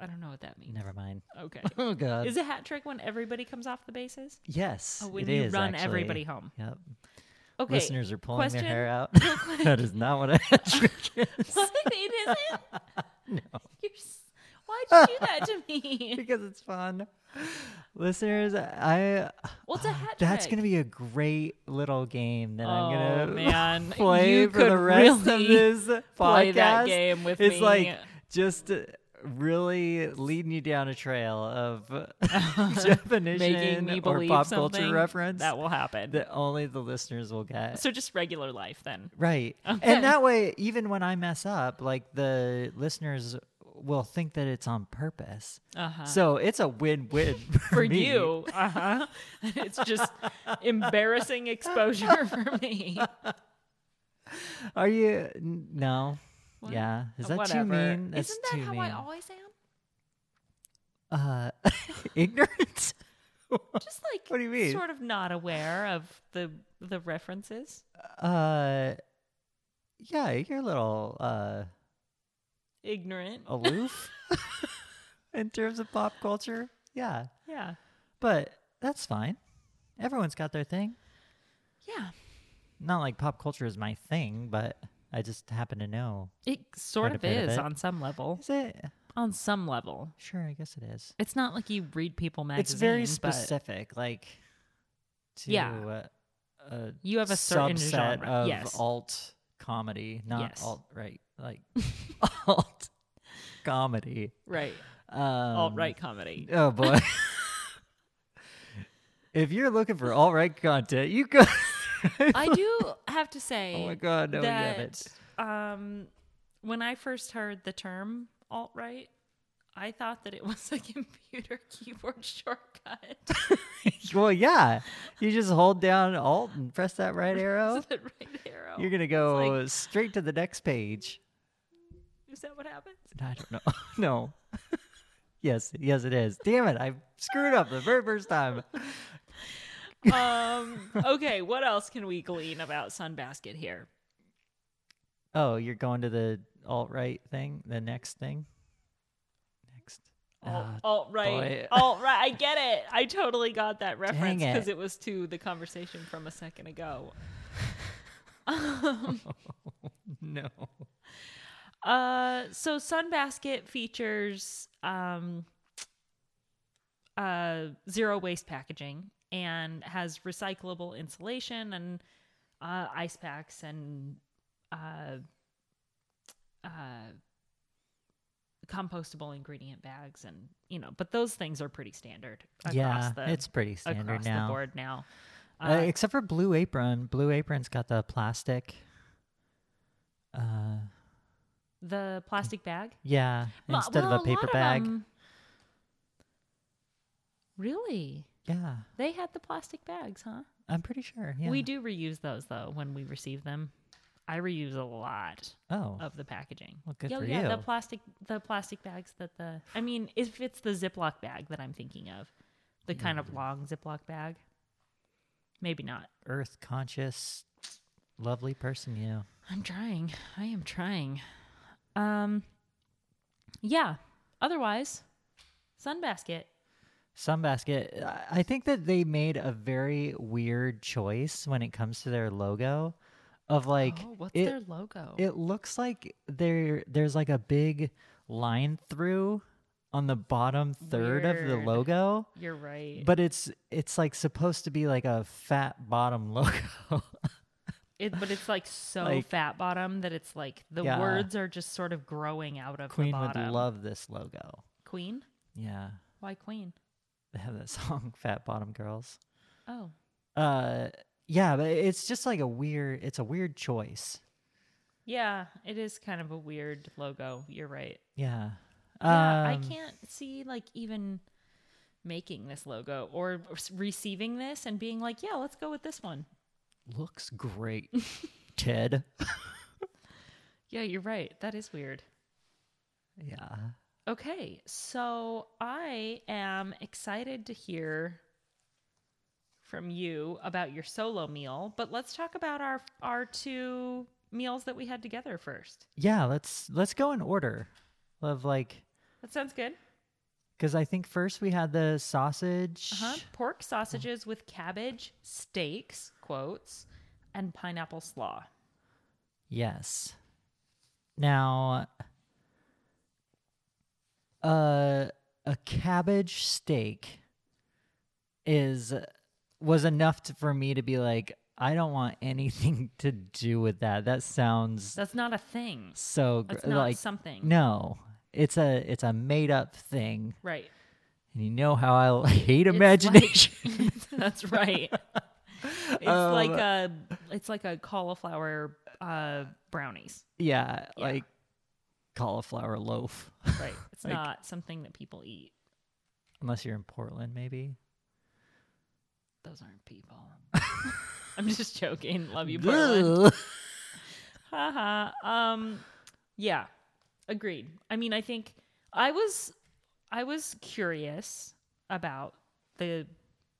Speaker 1: I don't know what that means.
Speaker 2: Never mind.
Speaker 1: Okay.
Speaker 2: Oh god.
Speaker 1: Is a hat trick when everybody comes off the bases?
Speaker 2: yes.
Speaker 1: Oh, when
Speaker 2: it
Speaker 1: you
Speaker 2: is,
Speaker 1: run
Speaker 2: actually.
Speaker 1: everybody home.
Speaker 2: Yep.
Speaker 1: Okay.
Speaker 2: Listeners are pulling
Speaker 1: question-
Speaker 2: their hair out. that is not what a hat trick is.
Speaker 1: What? It isn't? no. You're, s- why'd you do that to me?
Speaker 2: because it's fun. Listeners, I
Speaker 1: What's a hat
Speaker 2: that's
Speaker 1: trick?
Speaker 2: gonna be a great little game that I'm
Speaker 1: Oh,
Speaker 2: gonna
Speaker 1: man.
Speaker 2: play
Speaker 1: You
Speaker 2: for the
Speaker 1: could
Speaker 2: rest
Speaker 1: really
Speaker 2: of this podcast.
Speaker 1: play that game with
Speaker 2: it's
Speaker 1: me.
Speaker 2: like just uh, really leading you down a trail of definition
Speaker 1: Making me
Speaker 2: or
Speaker 1: believe
Speaker 2: pop
Speaker 1: something
Speaker 2: culture reference
Speaker 1: That will happen.
Speaker 2: that only the listeners will get.
Speaker 1: so just regular life then.
Speaker 2: Right.
Speaker 1: Okay.
Speaker 2: And that way, even when I mess up, like the listeners will think that it's on purpose.
Speaker 1: Uh-huh.
Speaker 2: So it's a win win
Speaker 1: for you. Uh huh. it's just embarrassing exposure for me.
Speaker 2: Are you? n- No.
Speaker 1: What?
Speaker 2: Yeah. Is that
Speaker 1: Whatever.
Speaker 2: too mean? That's
Speaker 1: Isn't that
Speaker 2: too
Speaker 1: how
Speaker 2: mean.
Speaker 1: I always am?
Speaker 2: uh, ignorant?
Speaker 1: Just like
Speaker 2: What do you mean?
Speaker 1: Sort of not aware of the the references.
Speaker 2: Uh, yeah, you're a little uh,
Speaker 1: Ignorant.
Speaker 2: Oh. aloof in terms of pop culture. Yeah.
Speaker 1: Yeah.
Speaker 2: But that's fine. Everyone's got their thing.
Speaker 1: Yeah.
Speaker 2: Not like pop culture is my thing, but I just happen to know.
Speaker 1: It sort
Speaker 2: Quite a
Speaker 1: of
Speaker 2: bit of
Speaker 1: is
Speaker 2: it.
Speaker 1: on some level.
Speaker 2: Is it?
Speaker 1: On some level.
Speaker 2: Sure, I guess it is.
Speaker 1: It's not like you read People magazine.
Speaker 2: It's very
Speaker 1: but
Speaker 2: specific, like to
Speaker 1: Yeah.
Speaker 2: uh, a
Speaker 1: You have a certain
Speaker 2: subset
Speaker 1: genre.
Speaker 2: of
Speaker 1: yes.
Speaker 2: alt comedy, not
Speaker 1: Yes.
Speaker 2: alt right, like alt comedy,
Speaker 1: right.
Speaker 2: um,
Speaker 1: Alt right comedy.
Speaker 2: Oh boy! if you're looking for alt right content, you go.
Speaker 1: I do have to say.
Speaker 2: oh my god, no, we
Speaker 1: that,
Speaker 2: have it.
Speaker 1: Um, when I first heard the term alt right, I thought that it was a computer keyboard shortcut
Speaker 2: Well, yeah, you just hold down alt and press that right
Speaker 1: to
Speaker 2: arrow.
Speaker 1: the right arrow.
Speaker 2: Oh. You're gonna go
Speaker 1: like-
Speaker 2: straight to the next page.
Speaker 1: Is that what happens?
Speaker 2: I don't know. no. yes, yes, it is. Damn it! I screwed up the very first time.
Speaker 1: Um, okay, what else can we glean about Sunbasket here?
Speaker 2: Oh, you're going to the alt right thing, the next thing. Next. Ah,
Speaker 1: Alt Oh, right,
Speaker 2: boy.
Speaker 1: alt right. I get it. I totally got that reference
Speaker 2: it.
Speaker 1: because it. was to the conversation from a second ago. Um,
Speaker 2: no.
Speaker 1: Uh, so Sunbasket features um, uh, zero waste packaging and has recyclable insulation and uh, ice packs and uh, uh, compostable ingredient bags and you know, but those things are pretty standard across
Speaker 2: yeah,
Speaker 1: the
Speaker 2: it's pretty standard
Speaker 1: across
Speaker 2: now.
Speaker 1: the board now.
Speaker 2: Uh, except for Blue Apron. Blue Apron's got the plastic. Uh,
Speaker 1: The plastic bag
Speaker 2: yeah,
Speaker 1: Well-
Speaker 2: instead
Speaker 1: well,
Speaker 2: of a
Speaker 1: lot
Speaker 2: paper bag.
Speaker 1: them- Really?
Speaker 2: Yeah,
Speaker 1: They had the plastic bags, huh?
Speaker 2: I'm pretty sure. Yeah.
Speaker 1: We do reuse those though when we receive them. I reuse a lot
Speaker 2: Oh,
Speaker 1: of the packaging.
Speaker 2: Well, good
Speaker 1: Oh,
Speaker 2: for
Speaker 1: yeah, the
Speaker 2: you.
Speaker 1: plastic the plastic bags that the I mean, if it's the Ziploc bag that I'm thinking of, the kind of long Ziploc bag. Maybe not.
Speaker 2: earth conscious, lovely person you.
Speaker 1: I'm trying. I am trying. Um yeah. Otherwise, Sunbasket.
Speaker 2: Sunbasket. I- I think that they made a very weird choice when it comes to their logo, of like
Speaker 1: oh, what's
Speaker 2: it,
Speaker 1: their logo?
Speaker 2: It looks like there there's like a big line through on the bottom third of the
Speaker 1: Weird.
Speaker 2: logo,
Speaker 1: You're right.
Speaker 2: but it's it's like supposed to be like a fat bottom logo.
Speaker 1: It, but it's like so
Speaker 2: Like-
Speaker 1: fat bottom that it's like the
Speaker 2: Yeah.
Speaker 1: words are just sort of growing out of the
Speaker 2: Queen would
Speaker 1: bottom.
Speaker 2: love this logo.
Speaker 1: Queen?
Speaker 2: Yeah,
Speaker 1: Why Queen?
Speaker 2: they have that song "Fat Bottom Girls."
Speaker 1: Oh,
Speaker 2: Uh, yeah, but it's just like a weird. It's a weird choice.
Speaker 1: yeah. It is kind of a weird logo. You're right.
Speaker 2: Yeah.
Speaker 1: Yeah, I
Speaker 2: Um,
Speaker 1: can't see like even making this logo or s- receiving this and being like, yeah, let's go with this one.
Speaker 2: Looks great, Ted.
Speaker 1: Yeah, you're right. That is weird.
Speaker 2: Yeah.
Speaker 1: Okay, so I am excited to hear from you about your solo meal, but let's talk about our our two meals that we had together first.
Speaker 2: Yeah. Let's let's go in order of like
Speaker 1: That sounds good.
Speaker 2: because I think first we had the sausage.
Speaker 1: Uh-huh. Pork
Speaker 2: Mm.
Speaker 1: sausages with cabbage, steaks, quotes, and pineapple slaw.
Speaker 2: Yes. Now, uh, a cabbage steak is was enough to, for me to be like, I don't want anything to do with that. That sounds
Speaker 1: That's not a thing.
Speaker 2: so gr-
Speaker 1: That's not
Speaker 2: like
Speaker 1: something.
Speaker 2: no. It's a it's a made up thing,
Speaker 1: Right.
Speaker 2: and you know how I l- hate
Speaker 1: It's
Speaker 2: imagination.
Speaker 1: like- that's right. It's
Speaker 2: Um,
Speaker 1: like a it's like a cauliflower uh, brownies.
Speaker 2: yeah,
Speaker 1: Yeah.
Speaker 2: like cauliflower loaf,
Speaker 1: Right. It's
Speaker 2: Like-
Speaker 1: not something that people eat.
Speaker 2: unless you're in Portland, maybe.
Speaker 1: Those aren't people. I'm just joking. Love you, Portland.
Speaker 2: Ugh.
Speaker 1: Haha. um, yeah, agreed. I mean, I think I was I was curious about the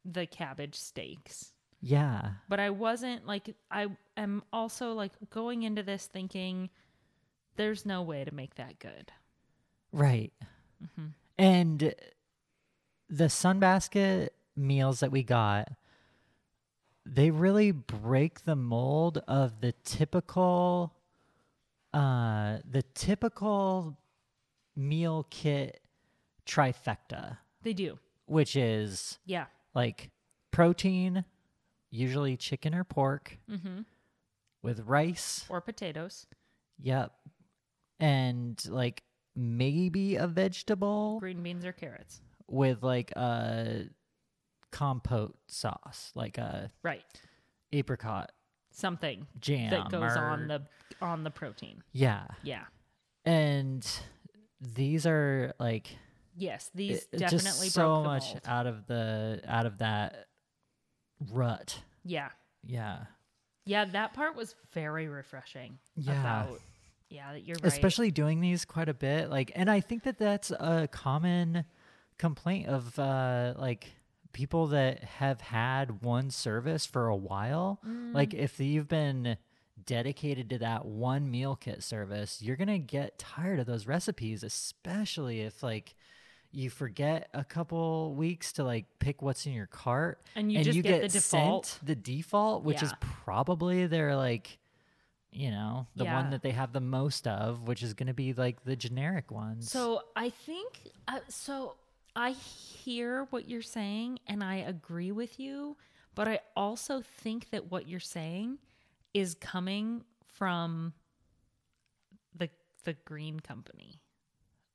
Speaker 1: the cabbage steaks,
Speaker 2: Yeah.
Speaker 1: but I wasn't like I am also like going into this thinking there's no way to make that good.
Speaker 2: Right. And the Sunbasket meals that we got, they really break the mold of the typical uh the typical meal kit trifecta,
Speaker 1: They do.
Speaker 2: which is
Speaker 1: Yeah.
Speaker 2: like protein, usually chicken or pork,
Speaker 1: Mm-hmm.
Speaker 2: with rice.
Speaker 1: Or potatoes,
Speaker 2: Yep. And like maybe a vegetable.
Speaker 1: green beans, or carrots.
Speaker 2: with like a compote sauce, like a
Speaker 1: Right.
Speaker 2: apricot
Speaker 1: Something
Speaker 2: jam
Speaker 1: that goes on
Speaker 2: or-
Speaker 1: the on the protein.
Speaker 2: yeah.
Speaker 1: Yeah.
Speaker 2: And these are like
Speaker 1: Yes, these
Speaker 2: it-
Speaker 1: definitely
Speaker 2: just
Speaker 1: broke
Speaker 2: so
Speaker 1: the
Speaker 2: much
Speaker 1: mold.
Speaker 2: out of the out of that rut.
Speaker 1: Yeah.
Speaker 2: Yeah,
Speaker 1: Yeah, that part was very refreshing.
Speaker 2: Yeah.
Speaker 1: About, yeah, that you're right.
Speaker 2: especially doing these quite a bit. Like, and I think that that's a common complaint of uh like people that have had one service for a while. Like if you've been dedicated to that one meal kit service, you're going to get tired of those recipes, especially if like you forget a couple weeks to like pick what's in your cart
Speaker 1: And you just get the default.
Speaker 2: sent the default, which is
Speaker 1: Yeah.
Speaker 2: probably their like you know, the
Speaker 1: Yeah.
Speaker 2: one that they have the most of, which is going to be like the generic ones.
Speaker 1: So I think, uh, so I hear what you're saying and I agree with you, but I also think that what you're saying is coming from the the green company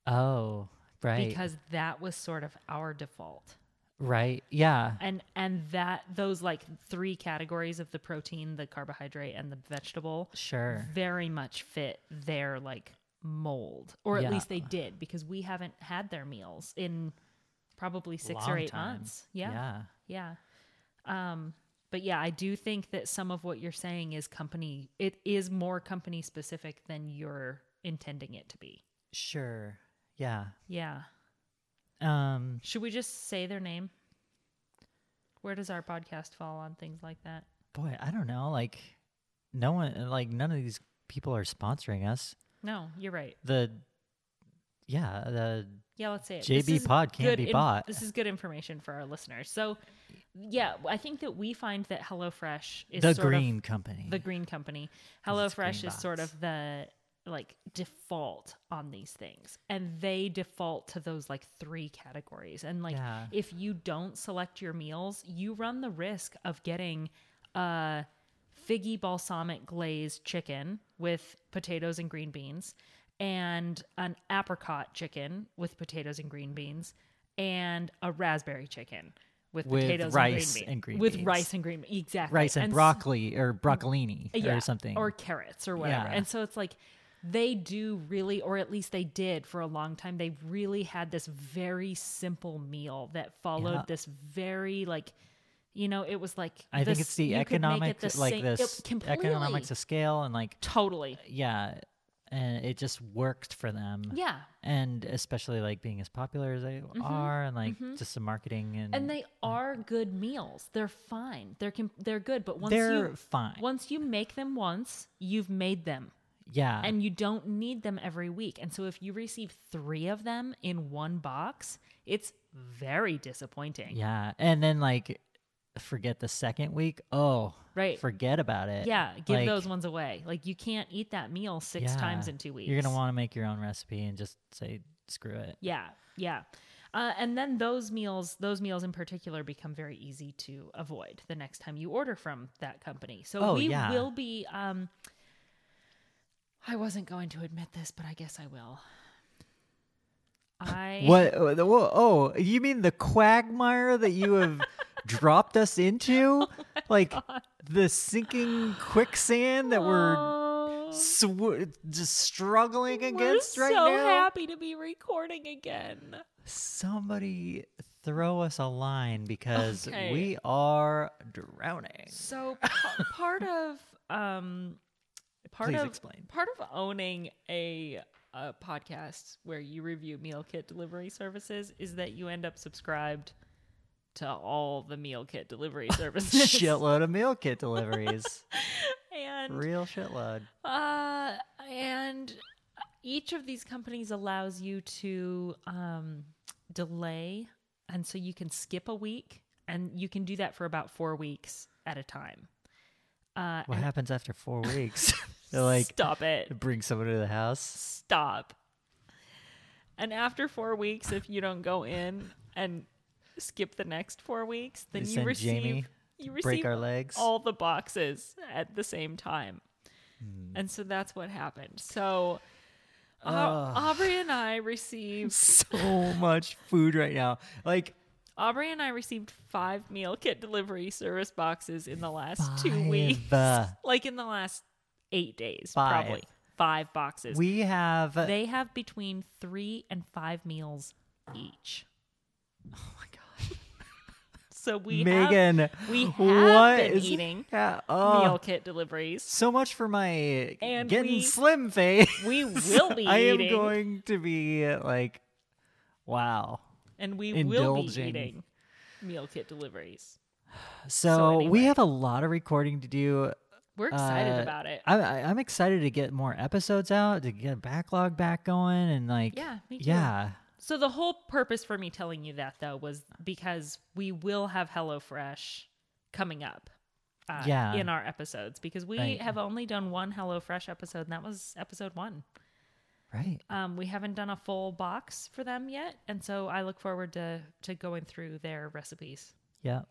Speaker 2: oh, right.
Speaker 1: because that was sort of our default.
Speaker 2: right. Yeah.
Speaker 1: and and that those like three categories of the protein the carbohydrate and the vegetable
Speaker 2: Sure.
Speaker 1: very much fit their like mold or at
Speaker 2: Yeah.
Speaker 1: least they did because we haven't had their meals in probably six or
Speaker 2: Long
Speaker 1: eight
Speaker 2: time.
Speaker 1: months yeah yeah, um But yeah, I do think that some of what you're saying is company, it is more company specific than you're intending it to be.
Speaker 2: Sure. Yeah.
Speaker 1: Yeah.
Speaker 2: Um,
Speaker 1: Should we just say their name? Where does our podcast fall on things like that?
Speaker 2: boy, I don't know. Like, no one, like, none of these people are sponsoring us.
Speaker 1: No, you're right.
Speaker 2: The, yeah, the,
Speaker 1: Yeah, let's say it.
Speaker 2: JB
Speaker 1: This is
Speaker 2: Pod can't
Speaker 1: good
Speaker 2: be bought.
Speaker 1: This is good information for our listeners. So, yeah, I think that we find that HelloFresh is
Speaker 2: the
Speaker 1: sort
Speaker 2: green company.
Speaker 1: of the green company.
Speaker 2: it's
Speaker 1: HelloFresh
Speaker 2: green
Speaker 1: is sort
Speaker 2: box.
Speaker 1: of the like default on these things, and they default to those like three categories. And like,
Speaker 2: Yeah.
Speaker 1: if you don't select your meals, you run the risk of getting a figgy balsamic glazed chicken with potatoes and green beans, and an apricot chicken with potatoes and green beans, and a raspberry chicken with,
Speaker 2: With
Speaker 1: potatoes
Speaker 2: rice
Speaker 1: and green beans.
Speaker 2: and green
Speaker 1: with
Speaker 2: beans.
Speaker 1: rice and green beans. Exactly.
Speaker 2: rice and,
Speaker 1: s- Mm,
Speaker 2: broccoli or broccolini
Speaker 1: yeah,
Speaker 2: or something.
Speaker 1: or carrots or whatever
Speaker 2: Yeah.
Speaker 1: and so it's like they do really or at least they did for a long time they really had this very simple meal that followed
Speaker 2: Yeah.
Speaker 1: this very like you know it was like
Speaker 2: I think
Speaker 1: this-
Speaker 2: it's the
Speaker 1: you could make it
Speaker 2: economics,
Speaker 1: the
Speaker 2: like
Speaker 1: same- it-
Speaker 2: this
Speaker 1: completely,
Speaker 2: economics of scale, and like
Speaker 1: totally
Speaker 2: yeah, and it just worked for them.
Speaker 1: yeah Mm-hmm.
Speaker 2: and especially like being as popular as they are, and like just the marketing and,
Speaker 1: and they are good meals they're fine they're com- they're good but once
Speaker 2: they're
Speaker 1: you
Speaker 2: fine.
Speaker 1: once you make them once you've made them
Speaker 2: yeah,
Speaker 1: and you don't need them every week. And so if you receive three of them in one box, it's very disappointing.
Speaker 2: yeah, and then like forget the second week. Oh,
Speaker 1: Right.
Speaker 2: forget about it.
Speaker 1: Yeah, give
Speaker 2: Like,
Speaker 1: those ones away. Like you can't eat that meal six
Speaker 2: yeah,
Speaker 1: times in two weeks.
Speaker 2: You're gonna want to make your own recipe and just say screw it.
Speaker 1: Yeah, yeah. Uh, and then those meals, those meals in particular, become very easy to avoid the next time you order from that company. So
Speaker 2: Oh,
Speaker 1: we
Speaker 2: yeah.
Speaker 1: will be. Um, I wasn't going to admit this, but I guess I will. I
Speaker 2: What? Oh, the- whoa, oh, you mean the quagmire that you have dropped us
Speaker 1: Oh
Speaker 2: into? like the sinking quicksand that we're
Speaker 1: Oh.
Speaker 2: sw- just struggling against
Speaker 1: We're
Speaker 2: right
Speaker 1: so
Speaker 2: now?
Speaker 1: happy to be recording again.
Speaker 2: Somebody throw us a line because
Speaker 1: Okay.
Speaker 2: we are drowning.
Speaker 1: So p- part of um part
Speaker 2: Please
Speaker 1: of
Speaker 2: explain.
Speaker 1: part of owning a a podcast where you review meal kit delivery services is that you end up subscribed to all the meal kit delivery services.
Speaker 2: shitload of meal kit deliveries.
Speaker 1: and
Speaker 2: Real shitload.
Speaker 1: Uh, and each of these companies allows you to um, delay, and so you can skip a week, and you can do that for about four weeks at a time. Uh,
Speaker 2: What happens after four weeks? They're like,
Speaker 1: stop it,
Speaker 2: bring someone to the house.
Speaker 1: stop. And after four weeks, if you don't go in and skip the next four weeks, then
Speaker 2: They
Speaker 1: you
Speaker 2: send
Speaker 1: receive
Speaker 2: Jamie,
Speaker 1: you receive
Speaker 2: Break our legs.
Speaker 1: all the boxes at the same time.
Speaker 2: Hmm.
Speaker 1: And so that's what happened. So Au-
Speaker 2: Ugh.
Speaker 1: Aubrey and I received
Speaker 2: so much food right now. Like,
Speaker 1: Aubrey and I received five meal kit delivery service boxes in the last
Speaker 2: Five.
Speaker 1: two weeks.
Speaker 2: Uh,
Speaker 1: Like in the last eight days,
Speaker 2: Five.
Speaker 1: probably. Five boxes.
Speaker 2: we uh, have
Speaker 1: they have between three and five meals each. Oh my god. so we have
Speaker 2: Megan.
Speaker 1: we have
Speaker 2: what
Speaker 1: been
Speaker 2: is-
Speaker 1: eating
Speaker 2: Yeah, oh,
Speaker 1: meal kit deliveries.
Speaker 2: so much for my
Speaker 1: And
Speaker 2: getting
Speaker 1: we-
Speaker 2: slim face.
Speaker 1: We will be
Speaker 2: I am
Speaker 1: eating,
Speaker 2: going to be like, wow.
Speaker 1: and we will
Speaker 2: indulging.
Speaker 1: be eating meal kit deliveries.
Speaker 2: So,
Speaker 1: anyway.
Speaker 2: we have a lot of recording to do.
Speaker 1: We're excited
Speaker 2: Uh,
Speaker 1: about it.
Speaker 2: I, I, I'm excited to get more episodes out to get a backlog back going and like,
Speaker 1: Yeah, me too.
Speaker 2: yeah,
Speaker 1: So the whole purpose for me telling you that though was because we will have HelloFresh coming up. Uh,
Speaker 2: Yeah.
Speaker 1: in our episodes because we
Speaker 2: Right.
Speaker 1: have only done one HelloFresh episode and that was episode one.
Speaker 2: right.
Speaker 1: Um, we haven't done a full box for them yet, and so I look forward to to going through their recipes.
Speaker 2: Yeah.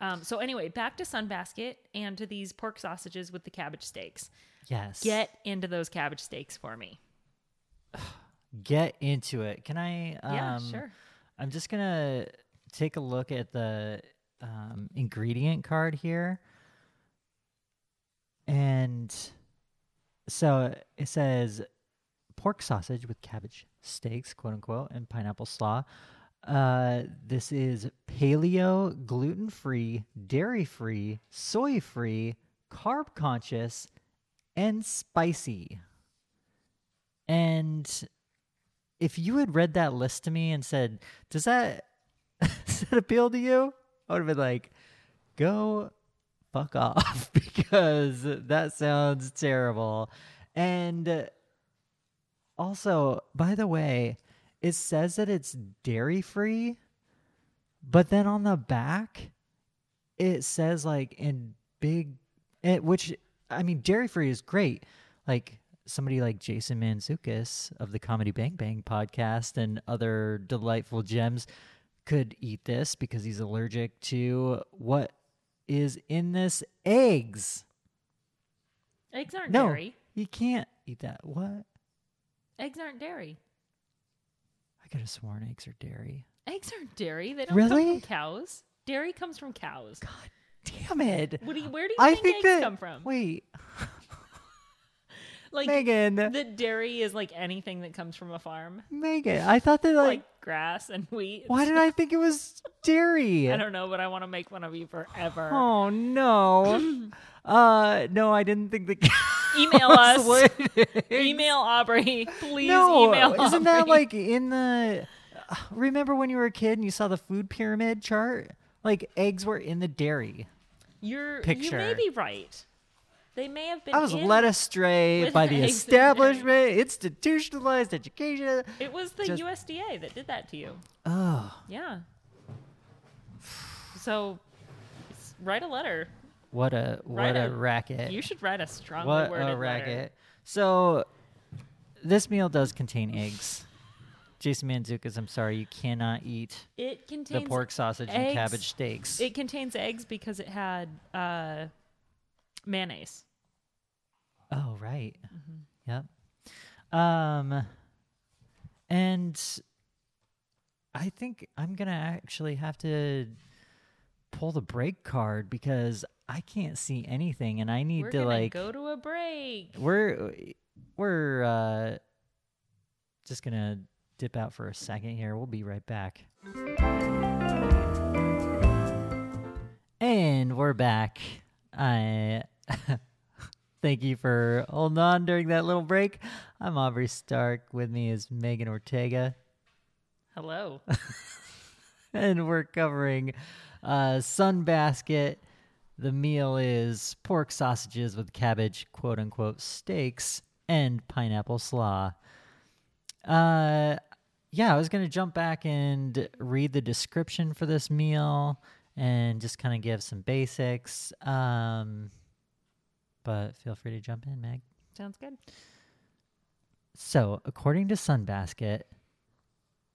Speaker 1: Um, so anyway, back to Sunbasket and to these pork sausages with the cabbage steaks.
Speaker 2: Yes.
Speaker 1: Get into those cabbage steaks for me.
Speaker 2: get into it. Can I? Um,
Speaker 1: Yeah, sure.
Speaker 2: I'm just gonna take a look at the um, ingredient card here, and so it says pork sausage with cabbage steaks, quote unquote, and pineapple slaw. Uh, this is paleo, gluten free, dairy free, soy free, carb conscious, and spicy. And if you had read that list to me and said, "Does that does that appeal to you?" I would have been like, "Go fuck off," because that sounds terrible. And uh, also, by the way, it says that it's dairy free, but then on the back, it says like in big, it, which I mean, dairy free is great. Like somebody like Jason Manzukis of the Comedy Bang Bang podcast and other delightful gems could eat this because he's allergic to what is in this eggs.
Speaker 1: Eggs aren't
Speaker 2: No,
Speaker 1: dairy.
Speaker 2: you can't eat that. What?
Speaker 1: Eggs aren't dairy.
Speaker 2: I could have sworn eggs are dairy.
Speaker 1: Eggs aren't dairy. They don't come
Speaker 2: Really?
Speaker 1: from cows. Dairy comes from cows.
Speaker 2: God damn it.
Speaker 1: What do you, where do you
Speaker 2: I
Speaker 1: think,
Speaker 2: think
Speaker 1: eggs
Speaker 2: that.
Speaker 1: come from?
Speaker 2: Wait,
Speaker 1: like
Speaker 2: Megan.
Speaker 1: the dairy is like anything that comes from a farm,
Speaker 2: Megan. I thought that, like,
Speaker 1: like grass and wheat.
Speaker 2: why did I think it was dairy?
Speaker 1: I don't know, but I want to make fun of you forever.
Speaker 2: Oh, no. uh, no, I didn't think the
Speaker 1: Email us.
Speaker 2: Wait.
Speaker 1: Email Aubrey. Please
Speaker 2: no,
Speaker 1: email
Speaker 2: isn't that
Speaker 1: Aubrey.
Speaker 2: like in the? Remember when you were a kid and you saw the food pyramid chart? Like eggs were in the dairy.
Speaker 1: You're you may
Speaker 2: picture?
Speaker 1: be right. They may have been
Speaker 2: I was
Speaker 1: in-
Speaker 2: led astray
Speaker 1: with
Speaker 2: by the
Speaker 1: eggs in the dairy.
Speaker 2: establishment, institutionalized education.
Speaker 1: It was the
Speaker 2: Just-
Speaker 1: USDA that did that to you.
Speaker 2: Oh,
Speaker 1: Yeah. So s- write a letter.
Speaker 2: what a what
Speaker 1: Right,
Speaker 2: a
Speaker 1: uh,
Speaker 2: racket!
Speaker 1: You should write a strongly
Speaker 2: Eh. what
Speaker 1: worded
Speaker 2: a
Speaker 1: letter.
Speaker 2: racket! So, this meal does contain eggs. Jason Manzukas, I'm sorry, you cannot eat
Speaker 1: It
Speaker 2: the
Speaker 1: contains
Speaker 2: pork sausage and
Speaker 1: eggs.
Speaker 2: cabbage steaks.
Speaker 1: It contains eggs because it had uh, mayonnaise.
Speaker 2: Oh right.
Speaker 1: Mm-hmm.
Speaker 2: Yep. Um and I think I'm going to actually have to pull the break card because I can't see anything and I need
Speaker 1: We're
Speaker 2: to
Speaker 1: gonna
Speaker 2: like
Speaker 1: go to a break.
Speaker 2: we're we're uh just going to dip out for a second here. We'll be right back. And we're back. I thank you for holding on during that little break. I'm Aubrey Stark. With me is Megan Ortega,
Speaker 1: Hello.
Speaker 2: and we're covering uh, Sunbasket. The meal is pork sausages with cabbage, quote unquote, steaks, and pineapple slaw. Uh, yeah, I was going to jump back and read the description for this meal and just kind of give some basics. Um, but feel free to jump in, Meg.
Speaker 1: Sounds good.
Speaker 2: So, according to Sunbasket,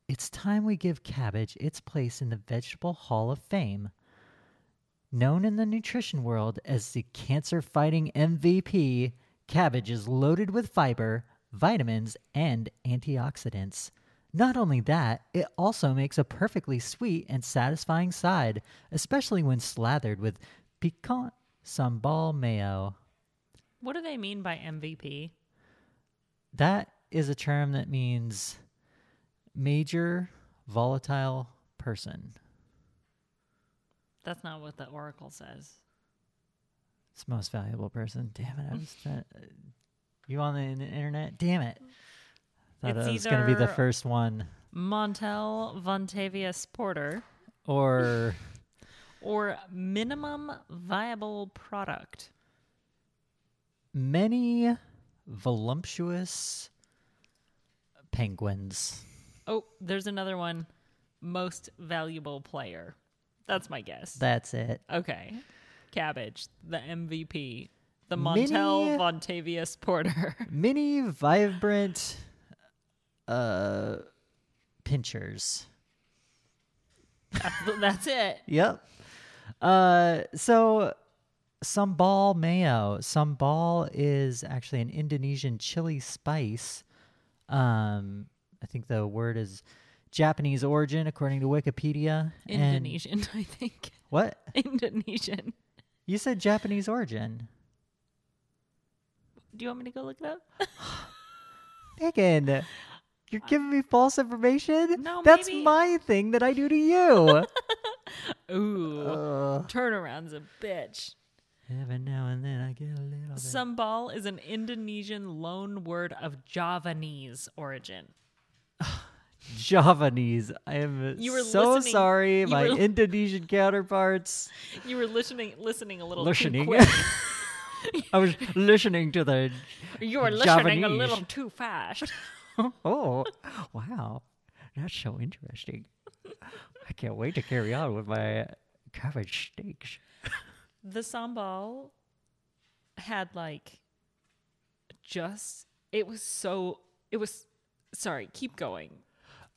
Speaker 2: it's time we give cabbage its place in the Vegetable Hall of Fame. Known in the nutrition world as the cancer fighting MVP, cabbage is loaded with fiber, vitamins, and antioxidants. Not only that, it also makes a perfectly sweet and satisfying side, especially when slathered with piquant sambal mayo.
Speaker 1: What do they mean by MVP?
Speaker 2: That is a term that means major volatile person.
Speaker 1: That's not what the Oracle says.
Speaker 2: It's most valuable person. Damn it! I was trying. You on the in- internet? Damn it! Thought
Speaker 1: It's
Speaker 2: I was going to be the
Speaker 1: either-
Speaker 2: first one,
Speaker 1: Montel Vontavious Porter
Speaker 2: or
Speaker 1: or minimum viable product.
Speaker 2: many voluptuous penguins.
Speaker 1: Oh, there's another one. Most valuable player. That's my guess.
Speaker 2: That's it.
Speaker 1: okay. Cabbage, the MVP, the
Speaker 2: Mini-
Speaker 1: Montel Vontavious Porter.
Speaker 2: Many vibrant uh pinchers.
Speaker 1: That's- That's it.
Speaker 2: Yep. Uh, so sambal mayo. Sambal is actually an Indonesian chili spice. Um, I think the word is Japanese origin, according to Wikipedia. And-
Speaker 1: Indonesian, I think.
Speaker 2: what
Speaker 1: Indonesian.
Speaker 2: you said? Japanese origin.
Speaker 1: Do you want me to go look it up?
Speaker 2: Megan, You're giving me false information?
Speaker 1: No,
Speaker 2: That's
Speaker 1: maybe-
Speaker 2: my thing that I do to you.
Speaker 1: Ooh,
Speaker 2: Ugh.
Speaker 1: turnaround's a bitch.
Speaker 2: Every now and then I get a little bit.
Speaker 1: Sambal is an Indonesian loan word of Javanese origin.
Speaker 2: Javanese. I am
Speaker 1: You were
Speaker 2: so
Speaker 1: listening-
Speaker 2: sorry,
Speaker 1: you
Speaker 2: my
Speaker 1: were-
Speaker 2: Indonesian counterparts.
Speaker 1: You were listening, listening a little
Speaker 2: Listening.
Speaker 1: too quick.
Speaker 2: I was listening to the.
Speaker 1: You were listening a
Speaker 2: Javanese.
Speaker 1: little too fast.
Speaker 2: Oh, wow. That's so interesting. I can't wait to carry on with my cabbage steaks.
Speaker 1: the sambal had like just it was so it was sorry keep going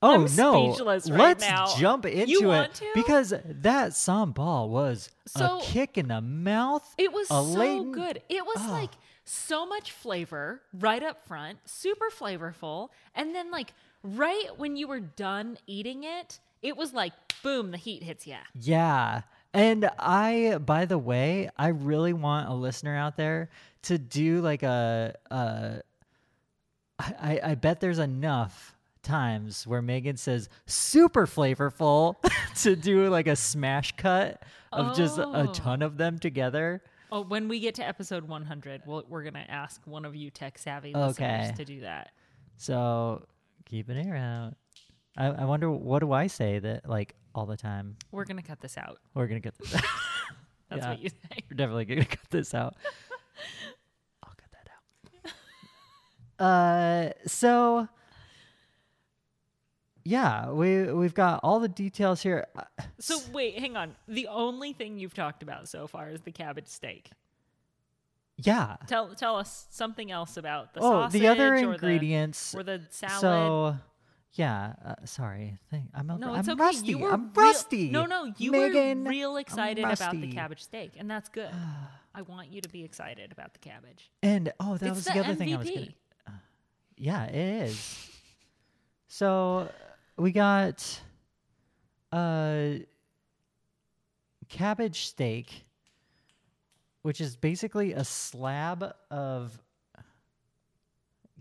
Speaker 2: Oh
Speaker 1: I'm
Speaker 2: no!
Speaker 1: speechless right
Speaker 2: Let's
Speaker 1: now.
Speaker 2: jump
Speaker 1: You
Speaker 2: into
Speaker 1: want
Speaker 2: it
Speaker 1: to?
Speaker 2: because that sambal was
Speaker 1: So-
Speaker 2: a kick in the mouth.
Speaker 1: it was
Speaker 2: a
Speaker 1: so
Speaker 2: latent-
Speaker 1: good it was
Speaker 2: Oh.
Speaker 1: like so much flavor right up front super flavorful and then like right when you were done eating it it was like boom the heat hits you
Speaker 2: Yeah. And I, by the way, I really want a listener out there to do like a, a I, I- I bet there's enough times where Megan says super flavorful to do like a smash cut of just a
Speaker 1: Oh.
Speaker 2: ton of them together.
Speaker 1: oh when we get to episode 100 we'll, we're gonna ask one of you tech savvy
Speaker 2: Okay.
Speaker 1: listeners to do that
Speaker 2: So keep an ear out. I, I wonder what do I say that like all the time.
Speaker 1: we're gonna cut this out
Speaker 2: We're gonna get this.
Speaker 1: that's
Speaker 2: Yeah.
Speaker 1: what you say
Speaker 2: We're definitely gonna cut this out. I'll cut that out. uh, so yeah, we we've got all the details here. Uh,
Speaker 1: So wait, hang on. The only thing you've talked about so far is the cabbage steak.
Speaker 2: Yeah.
Speaker 1: Tell tell us something else about the
Speaker 2: oh,
Speaker 1: sausage
Speaker 2: the other
Speaker 1: or
Speaker 2: ingredients.
Speaker 1: the, or the salad.
Speaker 2: so yeah, uh, sorry. Thank, I'm
Speaker 1: no,
Speaker 2: I'm
Speaker 1: it's okay.
Speaker 2: rusty.
Speaker 1: You were
Speaker 2: I'm
Speaker 1: real-
Speaker 2: rusty.
Speaker 1: No, no, you
Speaker 2: Megan,
Speaker 1: were real
Speaker 2: I'm
Speaker 1: excited about the
Speaker 2: rusty.
Speaker 1: cabbage steak, and that's good. I want you to be excited about the cabbage.
Speaker 2: And oh, that
Speaker 1: it's
Speaker 2: was
Speaker 1: the,
Speaker 2: the, other
Speaker 1: MVP.
Speaker 2: thing I was gonna. Yeah, it is. so we got uh cabbage steak, which is basically a slab of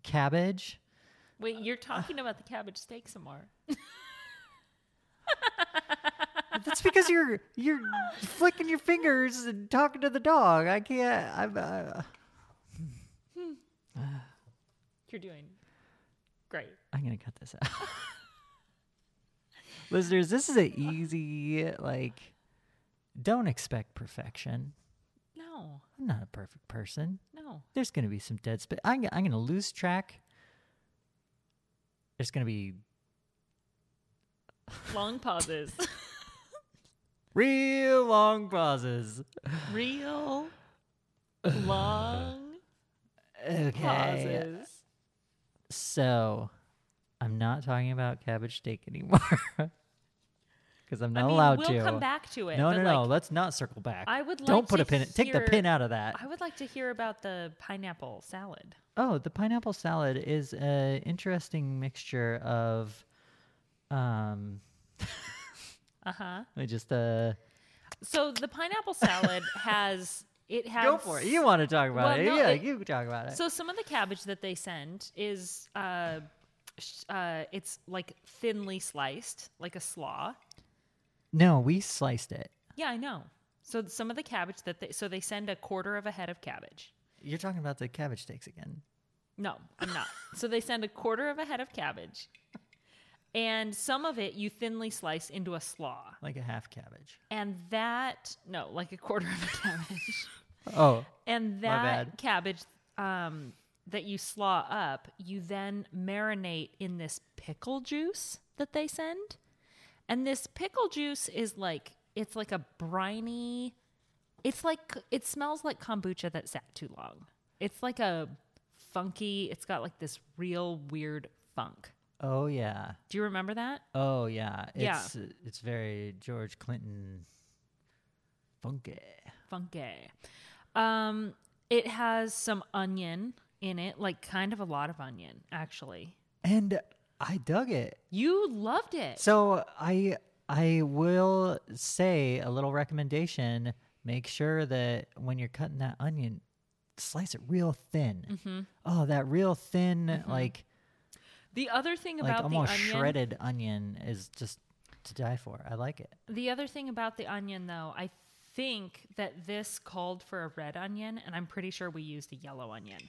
Speaker 2: cabbage.
Speaker 1: Wait, you're talking about the cabbage steak some more.
Speaker 2: That's because you're you're flicking your fingers and talking to the dog. I can't. I'm. Uh,
Speaker 1: You're doing great.
Speaker 2: I'm gonna cut this out. Listeners, this is an easy like. Don't expect perfection.
Speaker 1: No,
Speaker 2: I'm not a perfect person.
Speaker 1: no.
Speaker 2: There's going to be some dead space. I'm, I'm going to lose track. There's going to be
Speaker 1: Long pauses.
Speaker 2: real long pauses.
Speaker 1: Real long
Speaker 2: Okay.
Speaker 1: pauses.
Speaker 2: So I'm not talking about cabbage steak anymore because I'm not allowed
Speaker 1: we'll
Speaker 2: to.
Speaker 1: come back to it.
Speaker 2: no,
Speaker 1: but,
Speaker 2: no, no.
Speaker 1: like,
Speaker 2: Let's not circle back.
Speaker 1: I would like
Speaker 2: Don't put
Speaker 1: to
Speaker 2: a pin. Take the
Speaker 1: hear-
Speaker 2: pin out of that.
Speaker 1: I would like to hear about the pineapple salad.
Speaker 2: Oh, the pineapple salad is an interesting mixture of, um,
Speaker 1: Uh huh.
Speaker 2: let me just uh.
Speaker 1: So the pineapple salad has it has
Speaker 2: Go for it. You want to talk about
Speaker 1: Well,
Speaker 2: it?
Speaker 1: no,
Speaker 2: yeah,
Speaker 1: it-
Speaker 2: you talk about it.
Speaker 1: So some of the cabbage that they sent is uh, sh- uh, it's like thinly sliced, like a slaw.
Speaker 2: No, we sliced it.
Speaker 1: Yeah, I know. So some of the cabbage that they so they send a quarter of a head of cabbage.
Speaker 2: You're talking about the cabbage steaks again.
Speaker 1: No, I'm not. so they send a quarter of a head of cabbage, and some of it you thinly slice into a slaw.
Speaker 2: Like a half cabbage.
Speaker 1: And that no, like a quarter of a cabbage.
Speaker 2: Oh.
Speaker 1: and that
Speaker 2: bad.
Speaker 1: cabbage um, that you slaw up, you then marinate in this pickle juice that they send. And this pickle juice is like it's like a briny. It's like it smells like kombucha that sat too long. It's like a funky. It's got like this real weird funk.
Speaker 2: Oh yeah.
Speaker 1: Do you remember that?
Speaker 2: Oh yeah.
Speaker 1: Yeah.
Speaker 2: It's it's very George Clinton funky.
Speaker 1: funky. Um, it has some onion in it, like kind of a lot of onion, actually.
Speaker 2: And I dug it.
Speaker 1: You loved it.
Speaker 2: So I I will say a little recommendation. Make sure that when you're cutting that
Speaker 1: Mm-hmm.
Speaker 2: onion, slice it real thin. Oh, that real thin like
Speaker 1: The other thing
Speaker 2: like
Speaker 1: about
Speaker 2: almost
Speaker 1: the onion,
Speaker 2: shredded onion is just to die for. I like it.
Speaker 1: the other thing about the onion, though, I think that this called for a red onion, and I'm pretty sure we used a yellow onion.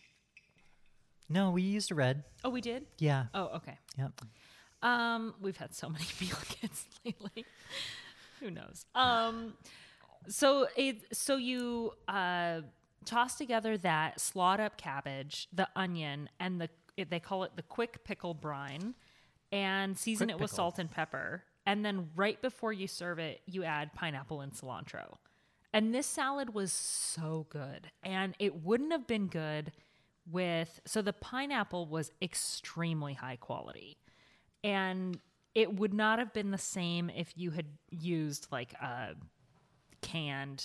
Speaker 2: No, we used a red.
Speaker 1: Oh, we did.
Speaker 2: Yeah.
Speaker 1: Oh, okay.
Speaker 2: Yep.
Speaker 1: Um, we've had so many meal kits lately. Who knows? Um, so it so you uh toss together that slot up cabbage, the onion, and the it, they call it the quick pickle brine, and season
Speaker 2: Quick
Speaker 1: it with
Speaker 2: pickle.
Speaker 1: salt and pepper. And then right before you serve it, you add pineapple and cilantro. And this salad was so good, and it wouldn't have been good with so the pineapple was extremely high quality and it would not have been the same if you had used like a canned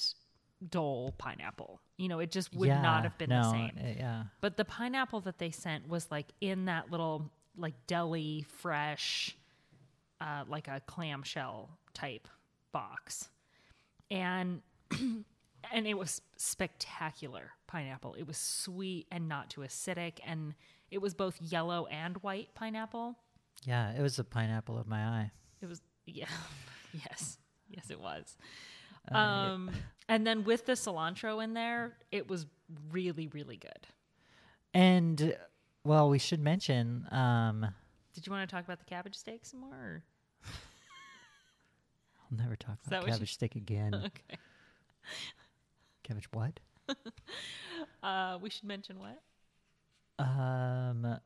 Speaker 1: dole pineapple. You know, it just would
Speaker 2: Yeah,
Speaker 1: not have been the
Speaker 2: no,
Speaker 1: same.
Speaker 2: uh, yeah.
Speaker 1: but the pineapple that they sent was like in that little like deli fresh uh like a clamshell type box. And and it was spectacular pineapple. It was sweet and not too acidic and it was both yellow and white pineapple.
Speaker 2: Yeah, it was the pineapple of my eye.
Speaker 1: It was yeah. yes. Yes it was. Um and then with the cilantro in there, it was really really good.
Speaker 2: And uh, well, we should mention um I'll
Speaker 1: Did you want to talk about the cabbage steak some more? or-
Speaker 2: never talk
Speaker 1: that
Speaker 2: about
Speaker 1: what you-
Speaker 2: cabbage steak again.
Speaker 1: Okay.
Speaker 2: cabbage what?
Speaker 1: Uh we should mention what?
Speaker 2: Um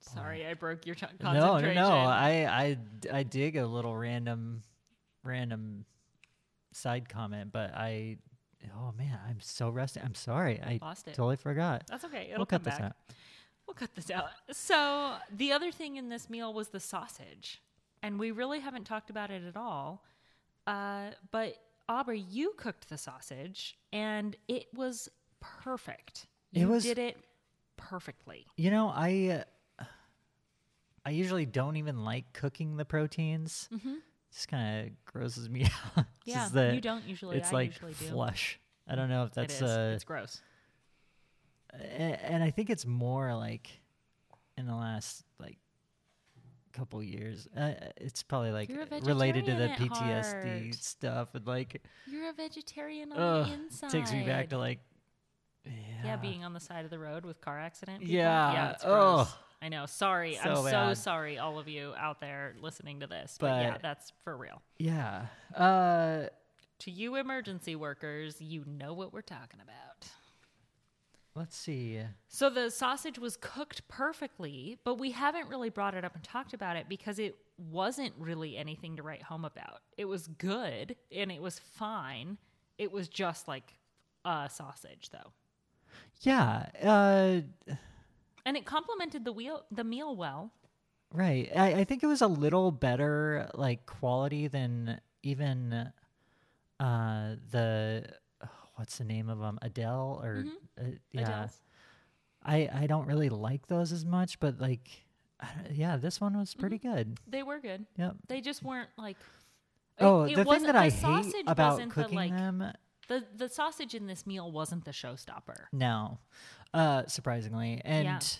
Speaker 1: Sorry, I broke your t-
Speaker 2: Oh, no, no,
Speaker 1: concentration.
Speaker 2: no. I I I dig a little random random side comment, but I oh man, I'm so rusty. I'm sorry. I
Speaker 1: Lost it.
Speaker 2: totally forgot.
Speaker 1: That's okay. It'll
Speaker 2: we'll
Speaker 1: come
Speaker 2: cut this
Speaker 1: back.
Speaker 2: out.
Speaker 1: We'll cut this out. So, the other thing in this meal was the sausage. And we really haven't talked about it at all. Uh, but, Aubrey, you cooked the sausage and it was perfect.
Speaker 2: It
Speaker 1: You
Speaker 2: was-
Speaker 1: did it perfectly.
Speaker 2: You know, I uh, I usually don't even like cooking the proteins. Mm-hmm. Just kind of grosses me out. It's
Speaker 1: Yeah,
Speaker 2: just that
Speaker 1: you don't usually.
Speaker 2: It's
Speaker 1: I
Speaker 2: like
Speaker 1: usually do.
Speaker 2: flush. I don't know if that's
Speaker 1: it is.
Speaker 2: uh,
Speaker 1: it's gross.
Speaker 2: a- and I think it's more like in the last like couple years. Uh, it's probably like
Speaker 1: You're a
Speaker 2: related to the
Speaker 1: vegetarian at
Speaker 2: PTSD
Speaker 1: heart.
Speaker 2: stuff and like
Speaker 1: You're a vegetarian on
Speaker 2: ugh,
Speaker 1: the inside.
Speaker 2: takes me back to like yeah,
Speaker 1: yeah. being on the side of the road with car accident. people.
Speaker 2: Yeah,
Speaker 1: yeah, it's
Speaker 2: ugh.
Speaker 1: gross. I know. Sorry, I'm
Speaker 2: So
Speaker 1: so
Speaker 2: bad.
Speaker 1: sorry, all of you out there listening to this. But, yeah,
Speaker 2: But-
Speaker 1: that's for real.
Speaker 2: yeah. Uh,
Speaker 1: To you, emergency workers, you know what we're talking about.
Speaker 2: let's see.
Speaker 1: So the sausage was cooked perfectly, but we haven't really brought it up and talked about it because it wasn't really anything to write home about. It was good and it was fine. It was just like a sausage, though.
Speaker 2: Yeah. Uh,
Speaker 1: And it complemented the wheel the meal well.
Speaker 2: Right. I, I think it was a little better like quality than even uh the what's the name of them Adele or
Speaker 1: Mm-hmm.
Speaker 2: uh, yeah.
Speaker 1: Adele's.
Speaker 2: I I don't really like those as much, but like I don't- yeah, this one
Speaker 1: Mm-hmm.
Speaker 2: was pretty good.
Speaker 1: They were good.
Speaker 2: Yep.
Speaker 1: They just weren't like
Speaker 2: Oh,
Speaker 1: it
Speaker 2: the thing
Speaker 1: wasn't-
Speaker 2: that
Speaker 1: the
Speaker 2: I
Speaker 1: sausage
Speaker 2: hate about
Speaker 1: wasn't the,
Speaker 2: cooking
Speaker 1: like-
Speaker 2: them
Speaker 1: the the sausage in this meal wasn't the showstopper.
Speaker 2: No, uh, surprisingly, and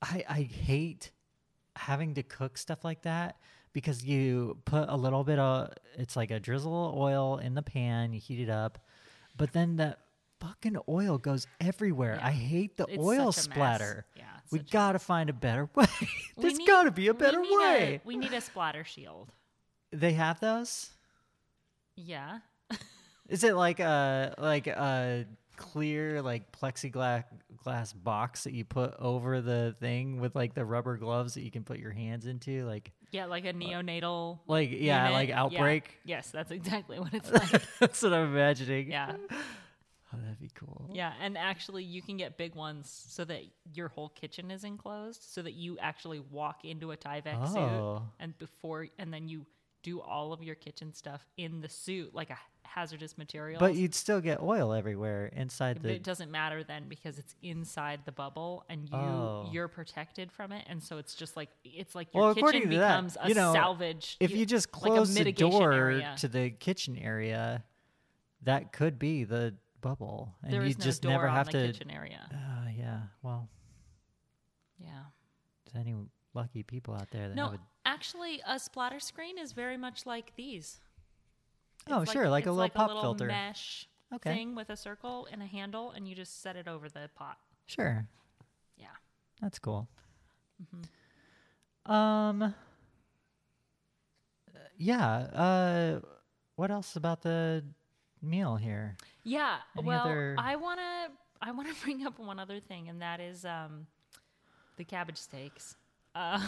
Speaker 2: I I hate having to cook stuff like that because you put a little bit of it's like a drizzle of oil in the pan, you heat it up, but then that fucking oil goes everywhere. I hate the
Speaker 1: It's
Speaker 2: oil
Speaker 1: such a mess.
Speaker 2: splatter.
Speaker 1: Yeah, it's
Speaker 2: we
Speaker 1: such a-
Speaker 2: gotta find a better way.
Speaker 1: We
Speaker 2: There's
Speaker 1: need-
Speaker 2: gotta be a
Speaker 1: we
Speaker 2: better
Speaker 1: need
Speaker 2: way.
Speaker 1: we need a splatter shield.
Speaker 2: They have those.
Speaker 1: Yeah.
Speaker 2: Is it like a like a clear like plexiglass glass box that you put over the thing with like the rubber gloves that you can put your hands into? Like
Speaker 1: Yeah, like a neonatal.
Speaker 2: like yeah,
Speaker 1: unit.
Speaker 2: like
Speaker 1: Yeah.
Speaker 2: outbreak.
Speaker 1: Yes, that's exactly what it's like.
Speaker 2: That's what I'm imagining.
Speaker 1: yeah.
Speaker 2: Oh, that'd be cool.
Speaker 1: Yeah. And actually, you can get big ones so that your whole kitchen is enclosed, so that you actually walk into a Tyvek suit
Speaker 2: Oh.
Speaker 1: and before, and then you do all of your kitchen stuff in the suit, like a hazardous material.
Speaker 2: But you'd still get oil everywhere inside
Speaker 1: But it
Speaker 2: the
Speaker 1: doesn't matter then because it's inside the bubble and you
Speaker 2: Oh.
Speaker 1: you're protected from it, and so it's just like it's like your
Speaker 2: Well, according
Speaker 1: kitchen
Speaker 2: to that,
Speaker 1: becomes a
Speaker 2: you know,
Speaker 1: salvage.
Speaker 2: if you just
Speaker 1: like a
Speaker 2: close the
Speaker 1: mitigation
Speaker 2: door
Speaker 1: area.
Speaker 2: to the kitchen area, that could be the bubble. And
Speaker 1: there
Speaker 2: you
Speaker 1: is no
Speaker 2: just
Speaker 1: door
Speaker 2: never
Speaker 1: on
Speaker 2: have
Speaker 1: the
Speaker 2: to
Speaker 1: kitchen area.
Speaker 2: uh, yeah. Well,
Speaker 1: Yeah.
Speaker 2: any lucky people out there that
Speaker 1: No,
Speaker 2: have a
Speaker 1: actually, a splatter screen is very much like these.
Speaker 2: Oh,
Speaker 1: It's
Speaker 2: sure, like a
Speaker 1: it's
Speaker 2: little pop filter.
Speaker 1: mesh
Speaker 2: Okay.
Speaker 1: thing with a circle and a handle, and you just set it over the pot.
Speaker 2: Sure.
Speaker 1: Yeah.
Speaker 2: That's cool. Um uh, yeah, uh what else about the meal here?
Speaker 1: Yeah.
Speaker 2: Any
Speaker 1: well,
Speaker 2: other-
Speaker 1: I wanna I wanna bring up one other thing, and that is um, the cabbage steaks. Uh,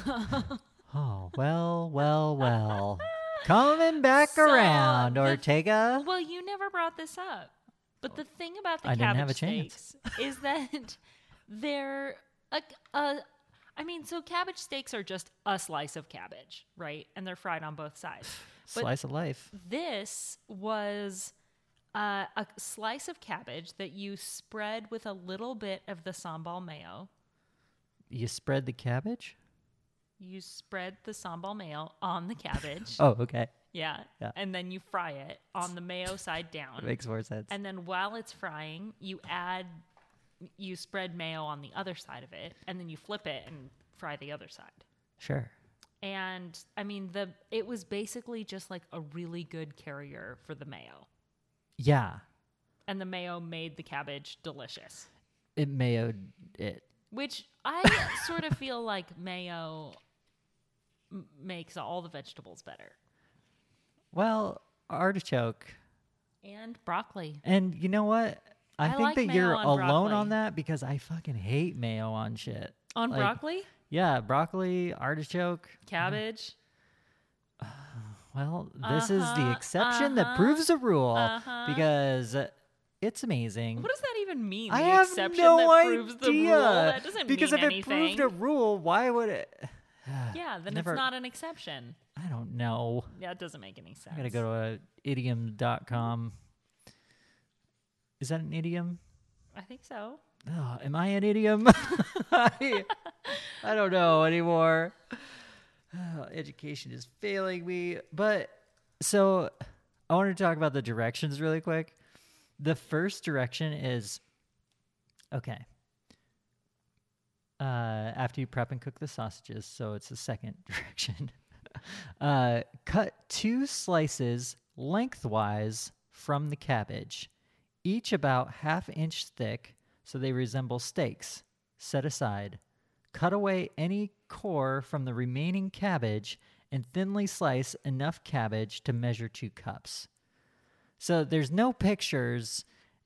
Speaker 2: Oh, well, well, well. Coming back
Speaker 1: So,
Speaker 2: around
Speaker 1: the-
Speaker 2: Ortega.
Speaker 1: well, you never brought this up, but the thing about the
Speaker 2: I didn't
Speaker 1: cabbage
Speaker 2: have a chance.
Speaker 1: steaks is that they're a, a I mean, so cabbage steaks are just a slice of cabbage, right? And they're fried on both sides. but-
Speaker 2: Slice of life.
Speaker 1: This was uh, a slice of cabbage that you spread with a little bit of the sambal mayo.
Speaker 2: You spread the cabbage?
Speaker 1: You spread the sambal mayo on the cabbage.
Speaker 2: Oh, okay.
Speaker 1: yeah.
Speaker 2: Yeah.
Speaker 1: And then you fry it on the mayo side down.
Speaker 2: Makes more sense.
Speaker 1: And then while it's frying, you add, you spread mayo on the other side of it, and then you flip it and fry the other side.
Speaker 2: Sure.
Speaker 1: And I mean, the it was basically just like a really good carrier for the mayo.
Speaker 2: Yeah.
Speaker 1: and the mayo made the cabbage delicious.
Speaker 2: It mayoed it.
Speaker 1: Which I sort of feel like mayo m- makes all the vegetables better.
Speaker 2: Well, artichoke.
Speaker 1: And broccoli.
Speaker 2: And you know what? I,
Speaker 1: I
Speaker 2: think
Speaker 1: like
Speaker 2: that
Speaker 1: mayo
Speaker 2: you're
Speaker 1: on
Speaker 2: alone
Speaker 1: broccoli.
Speaker 2: on that because I fucking hate mayo on shit.
Speaker 1: On
Speaker 2: Like,
Speaker 1: broccoli,
Speaker 2: Yeah, broccoli, artichoke.
Speaker 1: cabbage.
Speaker 2: Well, this is the
Speaker 1: Uh-huh,
Speaker 2: exception that
Speaker 1: uh-huh,
Speaker 2: proves the rule
Speaker 1: uh-huh.
Speaker 2: because it's amazing.
Speaker 1: What does that even mean?
Speaker 2: I
Speaker 1: the
Speaker 2: have
Speaker 1: exception
Speaker 2: no
Speaker 1: that
Speaker 2: idea.
Speaker 1: proves the rule? That doesn't
Speaker 2: because
Speaker 1: mean
Speaker 2: if
Speaker 1: anything.
Speaker 2: it proved a rule, why would it?
Speaker 1: yeah, then
Speaker 2: never-
Speaker 1: it's not an exception.
Speaker 2: I don't know.
Speaker 1: Yeah, it doesn't make any sense.
Speaker 2: I gotta go to a idiom.com. Is that an idiom?
Speaker 1: I think so.
Speaker 2: Oh, am I an idiom? I, I don't know anymore. Oh, education is failing me. But so I want to talk about the directions really quick. The first direction is okay. Uh, after you prep and cook the sausages, so it's the second direction. uh, cut two slices lengthwise from the cabbage each about half inch thick so they resemble steaks set aside cut away any core from the remaining cabbage and thinly slice enough cabbage to measure two cups so there's no pictures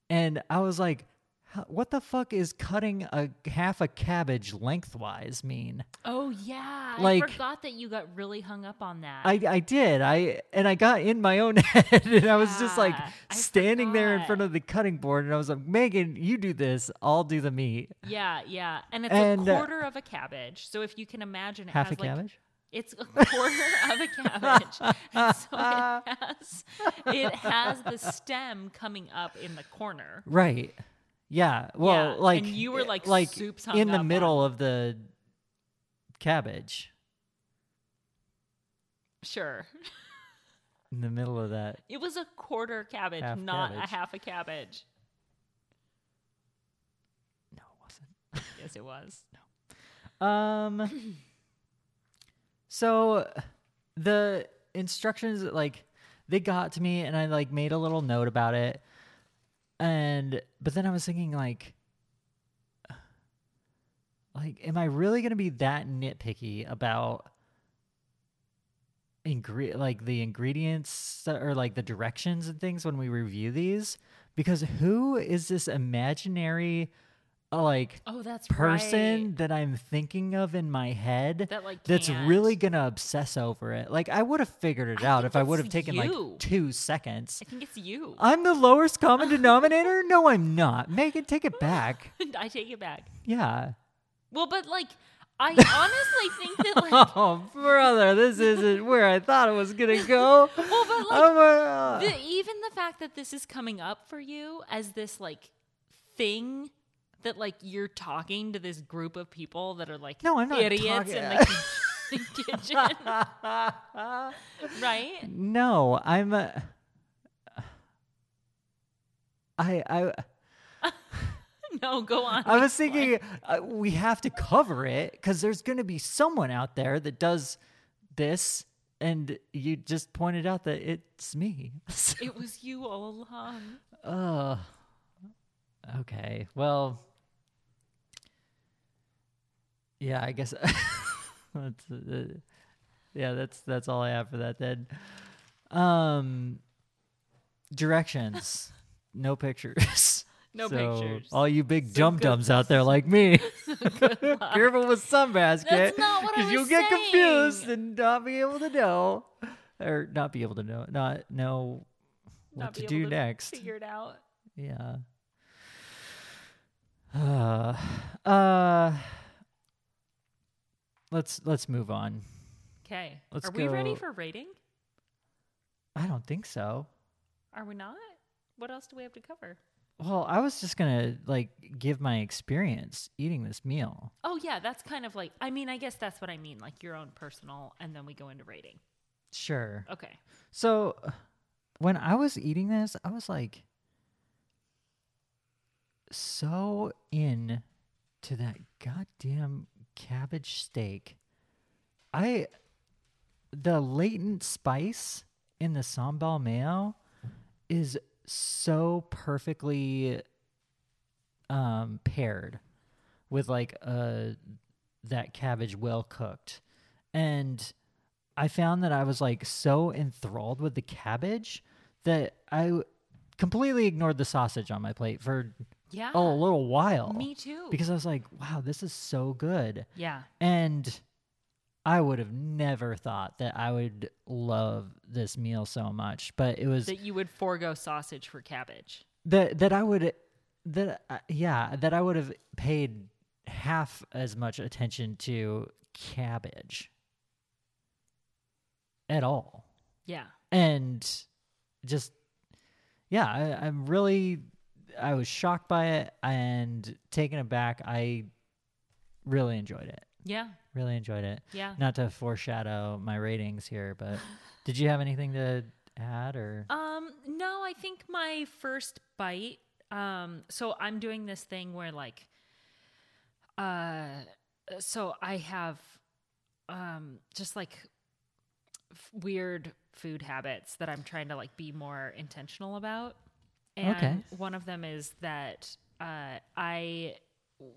Speaker 2: and i was like "How- what the fuck is cutting a half a cabbage lengthwise mean
Speaker 1: Oh yeah,
Speaker 2: Like-
Speaker 1: I forgot that you got really hung up on that.
Speaker 2: I, I did I and I got in my own head and I was just like
Speaker 1: Yeah, I
Speaker 2: standing there in
Speaker 1: forgot.
Speaker 2: front of the cutting board and I was like Megan you do this I'll do the meat
Speaker 1: Yeah, yeah. And it's
Speaker 2: And,
Speaker 1: a
Speaker 2: uh,
Speaker 1: quarter of a cabbage. So if you can imagine it
Speaker 2: half
Speaker 1: has
Speaker 2: a
Speaker 1: like
Speaker 2: cabbage
Speaker 1: it's a quarter of a cabbage. And so it has it has the stem coming up in the corner.
Speaker 2: right yeah well
Speaker 1: Yeah,
Speaker 2: like
Speaker 1: and you were,
Speaker 2: it-
Speaker 1: like,
Speaker 2: like
Speaker 1: soups hung
Speaker 2: in the
Speaker 1: up
Speaker 2: middle of the cabbage
Speaker 1: Sure.
Speaker 2: in the middle of that
Speaker 1: It was a quarter cabbage,
Speaker 2: Half
Speaker 1: not
Speaker 2: cabbage.
Speaker 1: a half a cabbage.
Speaker 2: no it wasn't
Speaker 1: Yes, it was.
Speaker 2: Um. so the instructions, like they got to me, and I like made a little note about it, and but then I was thinking like. Like, am I really gonna be that nitpicky about ingre- like the ingredients that- or like the directions and things when we review these? Because who is this imaginary, uh, like
Speaker 1: Oh, that's
Speaker 2: person
Speaker 1: right.
Speaker 2: that I'm thinking of in my head
Speaker 1: That, like,
Speaker 2: that's
Speaker 1: can't.
Speaker 2: really gonna obsess over it. Like I would have figured it
Speaker 1: I
Speaker 2: out
Speaker 1: think
Speaker 2: if I
Speaker 1: it's
Speaker 2: would have taken
Speaker 1: you.
Speaker 2: like two seconds.
Speaker 1: I think it's you.
Speaker 2: I'm the lowest common denominator? No, I'm not. Megan, take it back.
Speaker 1: I take it back.
Speaker 2: Yeah.
Speaker 1: Well, but like I honestly think that like
Speaker 2: Oh, brother, this isn't where I thought it was gonna go.
Speaker 1: well, but like
Speaker 2: I'm a-
Speaker 1: the, even the fact that this is coming up for you as this like thing that like you're talking to this group of people that are like
Speaker 2: No, I'm not
Speaker 1: idiots
Speaker 2: talking-
Speaker 1: in the ki- kitchen, right?
Speaker 2: uh, No, I'm a. I I
Speaker 1: no, go on.
Speaker 2: I was thinking uh, we have to cover it because there's going to be someone out there that does this, and you just pointed out that it's me.
Speaker 1: it was you all along.
Speaker 2: Ugh. Okay. Well. Yeah, I guess. that's, uh, yeah, that's that's all I have for that then. Um, directions. no pictures.
Speaker 1: No
Speaker 2: So,
Speaker 1: pictures.
Speaker 2: All you big dum dums out there like me. Careful with sunbasket.
Speaker 1: That's not what I
Speaker 2: you'll
Speaker 1: was
Speaker 2: get confused
Speaker 1: saying.
Speaker 2: and not be able to know. Or not be able to know. Not know what
Speaker 1: Not
Speaker 2: to
Speaker 1: be
Speaker 2: do
Speaker 1: able
Speaker 2: next.
Speaker 1: Figure it out.
Speaker 2: Yeah. Uh, uh let's let's move on.
Speaker 1: Okay.
Speaker 2: Let's
Speaker 1: Are we ready
Speaker 2: go-
Speaker 1: for rating?
Speaker 2: I don't think so.
Speaker 1: Are we not? What else do we have to cover?
Speaker 2: Well, I was just gonna like give my experience eating this meal.
Speaker 1: Oh yeah, that's kind of like I mean, I guess that's what I mean, like your own personal and then we go into rating.
Speaker 2: Sure.
Speaker 1: Okay.
Speaker 2: So when I was eating this, I was like so in to that goddamn cabbage steak. I the latent spice in the sambal mayo is so perfectly um paired with like uh that cabbage well cooked. And I found that I was like so enthralled with the cabbage that I w- completely ignored the sausage on my plate for
Speaker 1: Yeah.
Speaker 2: a little while.
Speaker 1: Ah, me too.
Speaker 2: Oh, Because I was like, wow, this is so good.
Speaker 1: yeah.
Speaker 2: And I would have never thought that I would love this meal so much, but it was
Speaker 1: That you would forego sausage for cabbage.
Speaker 2: that that I would that I yeah, that I would have paid half as much attention to cabbage at all.
Speaker 1: Yeah.
Speaker 2: and just yeah I, i'm really i was shocked by it and taken aback i really enjoyed it
Speaker 1: Yeah.
Speaker 2: really enjoyed it
Speaker 1: Yeah.
Speaker 2: not to foreshadow my ratings here but did you have anything to add or
Speaker 1: Um, no, I think my first bite. Um, so I'm doing this thing where like, uh, so I have, um, just like f- weird food habits that I'm trying to like be more intentional about. And
Speaker 2: Okay.
Speaker 1: one of them is that, uh, I,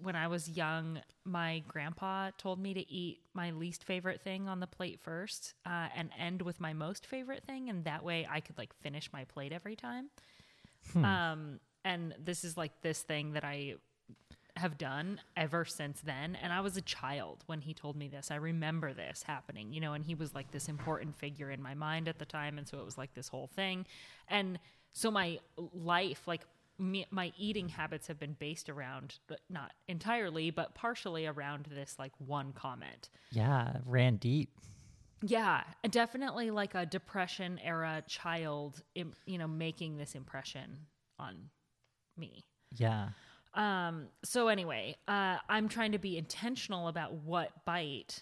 Speaker 1: when I was young, my grandpa told me to eat my least favorite thing on the plate first uh, and end with my most favorite thing. And that way I could like finish my plate every time. Um, and this is like this thing that I have done ever since then. And I was a child when he told me this. I remember this happening, you know, and he was like this important figure in my mind at the time. And so it was like this whole thing. And so my life, like, me, my eating habits have been based around but not entirely but partially around this like one comment
Speaker 2: yeah ran deep
Speaker 1: yeah, definitely like a depression era child, im- you know, making this impression on me.
Speaker 2: yeah
Speaker 1: Um, so anyway, uh, I'm trying to be intentional about what bite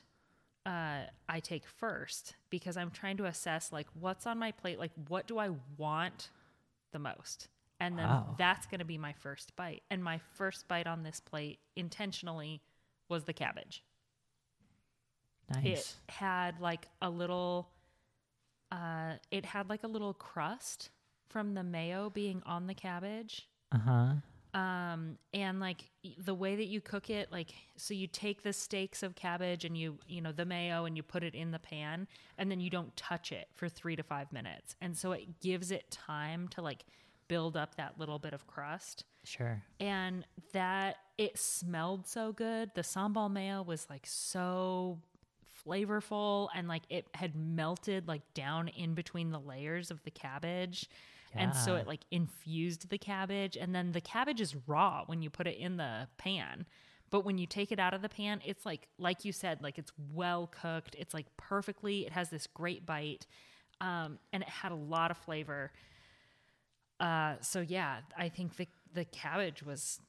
Speaker 1: uh, I take first because I'm trying to assess like what's on my plate, like what do I want the most, and then
Speaker 2: Wow.
Speaker 1: that's going to be my first bite. And my first bite on this plate intentionally was the cabbage it
Speaker 2: nice
Speaker 1: had like a little uh it had like a little crust from the mayo being on the cabbage
Speaker 2: uh-huh
Speaker 1: um and like y- the way that you cook it like so you take the steaks of cabbage and you you know the mayo and you put it in the pan and then you don't touch it for 3 to 5 minutes and so it gives it time to like build up that little bit of crust
Speaker 2: sure
Speaker 1: and that it smelled so good. The sambal mayo was like so flavorful and like it had melted like down in between the layers of the cabbage. And so
Speaker 2: Yeah.
Speaker 1: it like infused the cabbage and then the cabbage is raw when you put it in the pan. But when you take it out of the pan, it's like like you said, like it's well cooked. It's like perfectly. It has this great bite. Um, and it had a lot of flavor. Uh, so yeah, I think the the cabbage was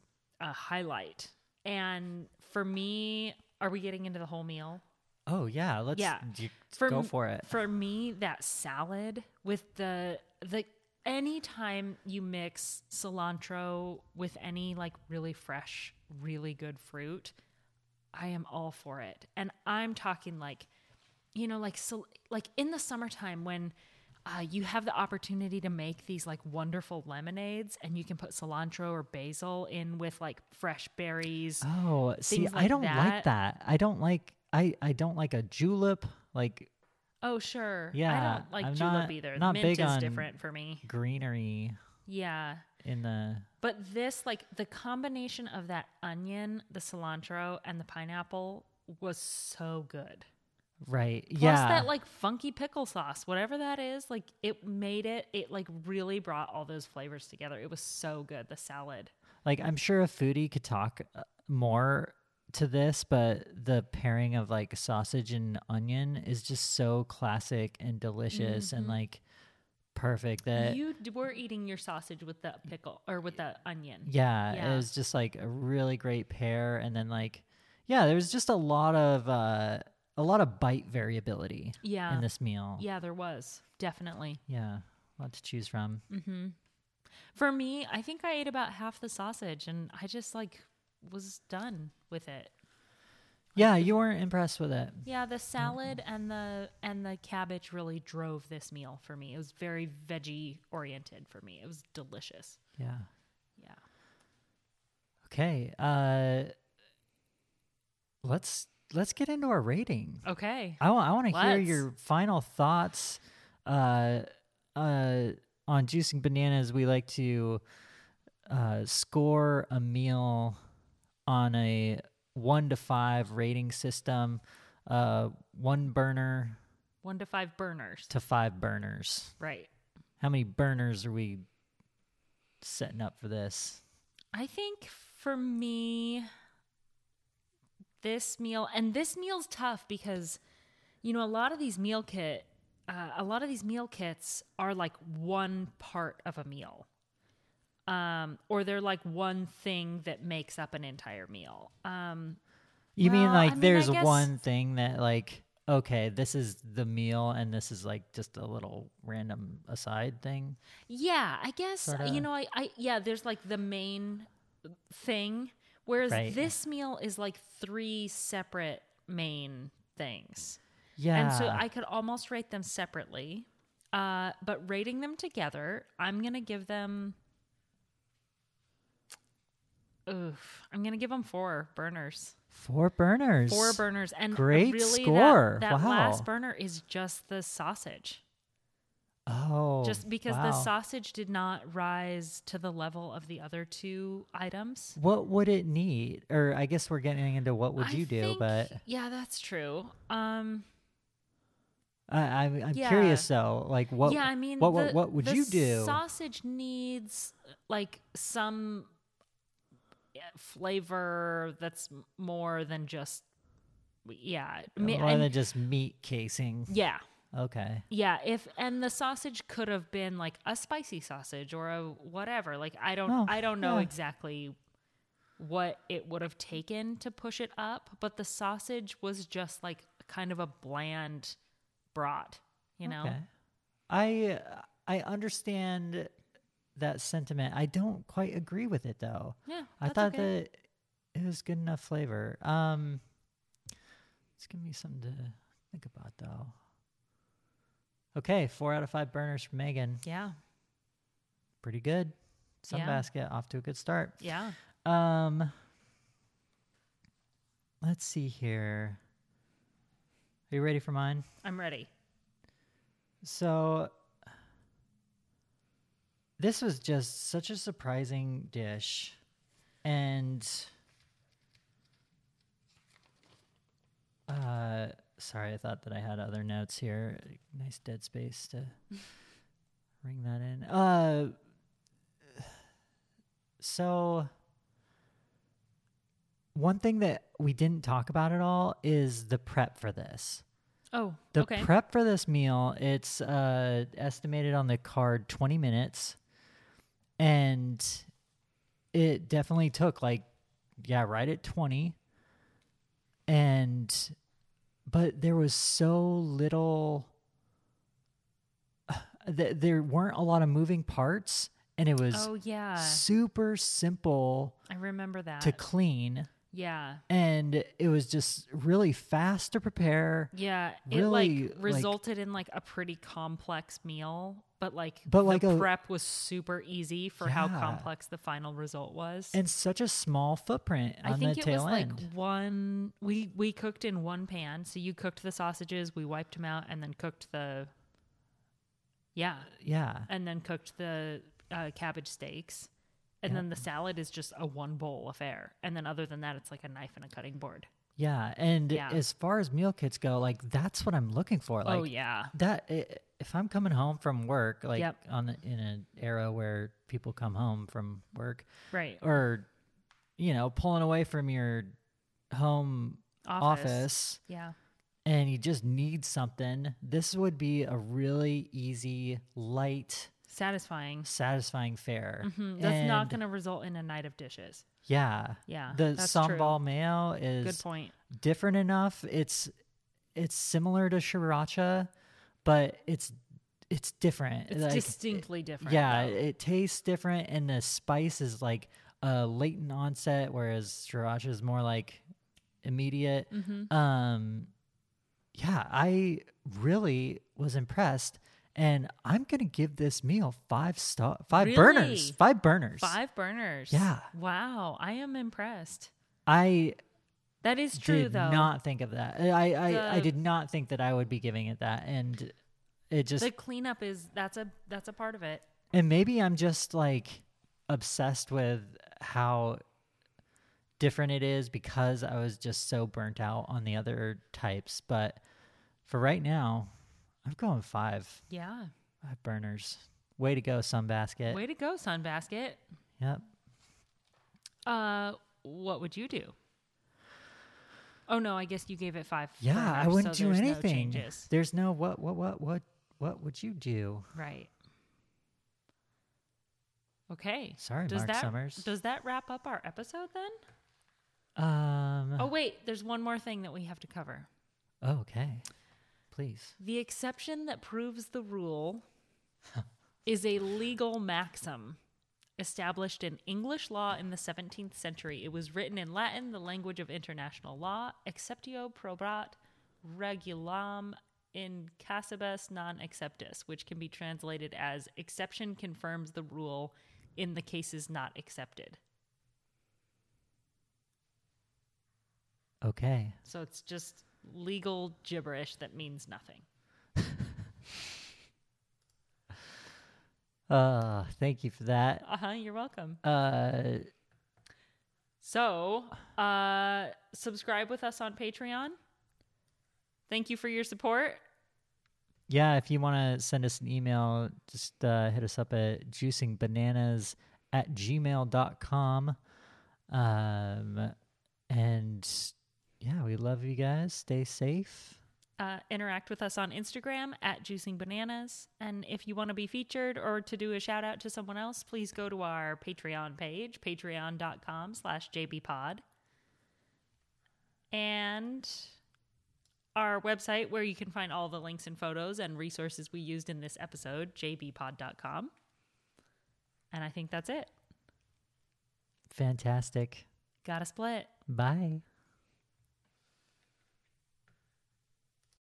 Speaker 1: a highlight. And for me, are we getting into the whole meal?
Speaker 2: oh yeah let's
Speaker 1: Yeah.
Speaker 2: d-
Speaker 1: For
Speaker 2: go
Speaker 1: m-
Speaker 2: for it
Speaker 1: For me, that salad with the the anytime you mix cilantro with any like really fresh, really good fruit, I am all for it. And I'm talking like, you know, like so, like in the summertime when uh, you have the opportunity to make these like wonderful lemonades, and you can put cilantro or basil in with like fresh berries.
Speaker 2: Oh, see,
Speaker 1: things
Speaker 2: I
Speaker 1: like
Speaker 2: don't like
Speaker 1: that.
Speaker 2: that. I don't like I I don't like a julep like
Speaker 1: Oh, sure. I
Speaker 2: Yeah,
Speaker 1: don't like
Speaker 2: I'm
Speaker 1: julep
Speaker 2: not-
Speaker 1: either.
Speaker 2: not
Speaker 1: Mint
Speaker 2: big
Speaker 1: is
Speaker 2: on-
Speaker 1: different for me.
Speaker 2: greenery
Speaker 1: Yeah.
Speaker 2: in the
Speaker 1: But this, like the combination of that onion, the cilantro, and the pineapple was so good.
Speaker 2: right.
Speaker 1: Plus
Speaker 2: yeah.
Speaker 1: that like funky pickle sauce, whatever that is, like it made it, it like really brought all those flavors together. It was so good, the salad.
Speaker 2: like i'm sure a foodie could talk uh, more to this but the pairing of like sausage and onion is just so classic and delicious and like perfect that
Speaker 1: Mm-hmm. you d- were eating your sausage with the pickle or with the onion.
Speaker 2: yeah,
Speaker 1: Yeah.
Speaker 2: it was just like a really great pair and then like yeah there was just a lot of uh a lot of bite variability
Speaker 1: Yeah.
Speaker 2: in this meal
Speaker 1: Yeah, there was definitely.
Speaker 2: yeah a lot to choose from
Speaker 1: Mm-hmm. For me, I think I ate about half the sausage and I just like was done with it.
Speaker 2: yeah you weren't impressed with it
Speaker 1: Yeah, the salad and the and the cabbage really drove this meal for me. It was very veggie oriented for me. It was delicious.
Speaker 2: yeah
Speaker 1: Yeah.
Speaker 2: okay uh let's let's get into our rating
Speaker 1: Okay.
Speaker 2: I want, I want to hear
Speaker 1: Let's.
Speaker 2: your final thoughts uh, uh, on juicing bananas. We like to uh, score a meal on a one to five rating system, uh, one burner
Speaker 1: One to five burners.
Speaker 2: to five burners.
Speaker 1: Right.
Speaker 2: How many burners are we setting up for this?
Speaker 1: I think for me, this meal and this meal's tough because, you know, a lot of these meal kit, uh, a lot of these meal kits are like one part of a meal, um, or they're like one thing that makes up an entire meal. Um,
Speaker 2: You mean
Speaker 1: Well, I
Speaker 2: like
Speaker 1: mean, I
Speaker 2: there's
Speaker 1: guess-
Speaker 2: one thing that like okay, this is the meal and this is like just a little random aside thing?
Speaker 1: yeah, I guess
Speaker 2: Sorta.
Speaker 1: you know, I, I yeah, there's like the main thing, whereas
Speaker 2: Right.
Speaker 1: this meal is like three separate main things.
Speaker 2: Yeah.
Speaker 1: And so I could almost rate them separately. Uh, but rating them together, I'm going to give them. Oof. I'm going to give them four burners.
Speaker 2: Four burners.
Speaker 1: Four burners. And
Speaker 2: Great
Speaker 1: really that-
Speaker 2: score.
Speaker 1: That,
Speaker 2: Wow.
Speaker 1: last burner is just the sausage.
Speaker 2: Oh,
Speaker 1: Just because
Speaker 2: wow.
Speaker 1: the sausage did not rise to the level of the other two items.
Speaker 2: What would it need? Or I guess we're getting into what would
Speaker 1: I
Speaker 2: you do?
Speaker 1: think-
Speaker 2: But
Speaker 1: Yeah, that's true. Um,
Speaker 2: I, I'm, I'm
Speaker 1: Yeah.
Speaker 2: curious though. Like what?
Speaker 1: yeah, I mean,
Speaker 2: what
Speaker 1: the-
Speaker 2: what, what would
Speaker 1: the
Speaker 2: you do?
Speaker 1: Sausage needs like some uh, flavor that's m- more than just yeah, mi-
Speaker 2: More
Speaker 1: and-
Speaker 2: than just meat casing.
Speaker 1: yeah,
Speaker 2: Okay.
Speaker 1: yeah. If and the sausage could have been like a spicy sausage or a whatever. Like I don't,
Speaker 2: Oh,
Speaker 1: I don't know
Speaker 2: yeah.
Speaker 1: exactly what it would have taken to push it up, but the sausage was just like kind of a bland brat, you know.
Speaker 2: Okay. I I understand that sentiment. I don't quite agree with it though.
Speaker 1: Yeah,
Speaker 2: I
Speaker 1: that's
Speaker 2: thought
Speaker 1: okay.
Speaker 2: that it was good enough flavor. Um, it's gonna be something to think about though. Okay, four out of five burners for Megan.
Speaker 1: yeah,
Speaker 2: pretty good.
Speaker 1: Yeah.
Speaker 2: Sunbasket off to a good start.
Speaker 1: yeah.
Speaker 2: Um, let's see here. Are you ready for mine?
Speaker 1: I'm ready.
Speaker 2: So this was just such a surprising dish and uh sorry, I thought that I had other notes here. Nice dead space to ring that in. Uh so one thing that we didn't talk about at all is the prep for this.
Speaker 1: Oh,
Speaker 2: The
Speaker 1: okay.
Speaker 2: prep for this meal, it's uh, estimated on the card 20 minutes. And it definitely took like, yeah, right at 20. And, but there was so little, th- there weren't a lot of moving parts, and it was
Speaker 1: Oh yeah,
Speaker 2: super simple
Speaker 1: I remember that.
Speaker 2: to clean,
Speaker 1: yeah,
Speaker 2: and it was just really fast to prepare.
Speaker 1: yeah.
Speaker 2: really,
Speaker 1: it
Speaker 2: like-
Speaker 1: like resulted in like a pretty complex meal, but like
Speaker 2: But,
Speaker 1: the
Speaker 2: like, a-
Speaker 1: prep was super easy for how
Speaker 2: Yeah.
Speaker 1: complex the final result was.
Speaker 2: And such a small footprint on
Speaker 1: I think
Speaker 2: the
Speaker 1: it was
Speaker 2: tail
Speaker 1: like
Speaker 2: end.
Speaker 1: one. We we cooked in one pan, so you cooked the sausages, we wiped them out, and then cooked the. Yeah,
Speaker 2: yeah.
Speaker 1: and then cooked the uh, cabbage steaks, and then the salad is just a one bowl affair, and then other than that, it's like a knife and a cutting board.
Speaker 2: Yeah, and
Speaker 1: Yeah.
Speaker 2: as far as meal kits go, like that's what I'm looking for. Like
Speaker 1: oh yeah,
Speaker 2: that i- if I'm coming home from work, like
Speaker 1: Yep.
Speaker 2: on the, in an era where people come home from work
Speaker 1: right.
Speaker 2: or you know, pulling away from your home office,
Speaker 1: Yeah.
Speaker 2: and you just need something, this would be a really easy, light,
Speaker 1: Satisfying.
Speaker 2: satisfying fare.
Speaker 1: Hmm, That's not
Speaker 2: And,
Speaker 1: going to result in a night of dishes.
Speaker 2: Yeah.
Speaker 1: Yeah,
Speaker 2: The
Speaker 1: that's true.
Speaker 2: sambal mayo
Speaker 1: Good
Speaker 2: is
Speaker 1: point.
Speaker 2: different enough. It's it's similar to sriracha, but it's it's different.
Speaker 1: It's
Speaker 2: Like,
Speaker 1: distinctly different.
Speaker 2: yeah,
Speaker 1: though.
Speaker 2: it tastes different, and the spice is like a latent onset, whereas sriracha is more like immediate.
Speaker 1: Mm-hmm.
Speaker 2: Um, yeah, I really was impressed, and I'm gonna give this meal five star, five burners,
Speaker 1: Really?
Speaker 2: five burners.
Speaker 1: Five burners.
Speaker 2: Yeah.
Speaker 1: Wow. I am impressed.
Speaker 2: I
Speaker 1: That is true,
Speaker 2: did
Speaker 1: though.
Speaker 2: not think of that. I I, I
Speaker 1: The-
Speaker 2: did not think that I would be giving it that, and it just
Speaker 1: the cleanup is that's a that's a part of it.
Speaker 2: and maybe I'm just like obsessed with how different it is because I was just so burnt out on the other types. But for right now, I'm going five.
Speaker 1: Yeah.
Speaker 2: Five burners. Way to go, Sunbasket.
Speaker 1: Way to go, Sunbasket.
Speaker 2: Yep.
Speaker 1: Uh, what would you do? Oh no, I guess you gave it five.
Speaker 2: Yeah, I
Speaker 1: burners, so
Speaker 2: wouldn't do
Speaker 1: there's no
Speaker 2: anything.
Speaker 1: changes.
Speaker 2: there's no what what what what what would you do?
Speaker 1: right. Okay.
Speaker 2: Sorry,
Speaker 1: does
Speaker 2: Mark
Speaker 1: that,
Speaker 2: Summers.
Speaker 1: Does that wrap up our episode then?
Speaker 2: Um
Speaker 1: Oh wait, there's one more thing that we have to cover.
Speaker 2: Oh, okay. Please.
Speaker 1: The exception that proves the rule is a legal maxim established in English law in the 17th century. It was written in Latin, the language of international law, exceptio probat regulam in casibus non exceptus, which can be translated as exception confirms the rule in the cases not accepted.
Speaker 2: Okay.
Speaker 1: So it's just legal gibberish that means nothing.
Speaker 2: Uh thank you for that.
Speaker 1: Uh huh, you're welcome.
Speaker 2: Uh
Speaker 1: So, uh, subscribe with us on Patreon. Thank you for your support.
Speaker 2: Yeah, if you want to send us an email, just uh, hit us up at juicingbananas at gmail.com. Um, and yeah, we love you guys. Stay safe.
Speaker 1: Uh, interact with us on Instagram at Juicing Bananas. And if you want to be featured or to do a shout out to someone else, please go to our Patreon page, patreon.com slash jbpod. And our website where you can find all the links and photos and resources we used in this episode, jbpod.com. And I think that's it.
Speaker 2: Fantastic.
Speaker 1: Gotta split.
Speaker 2: Bye.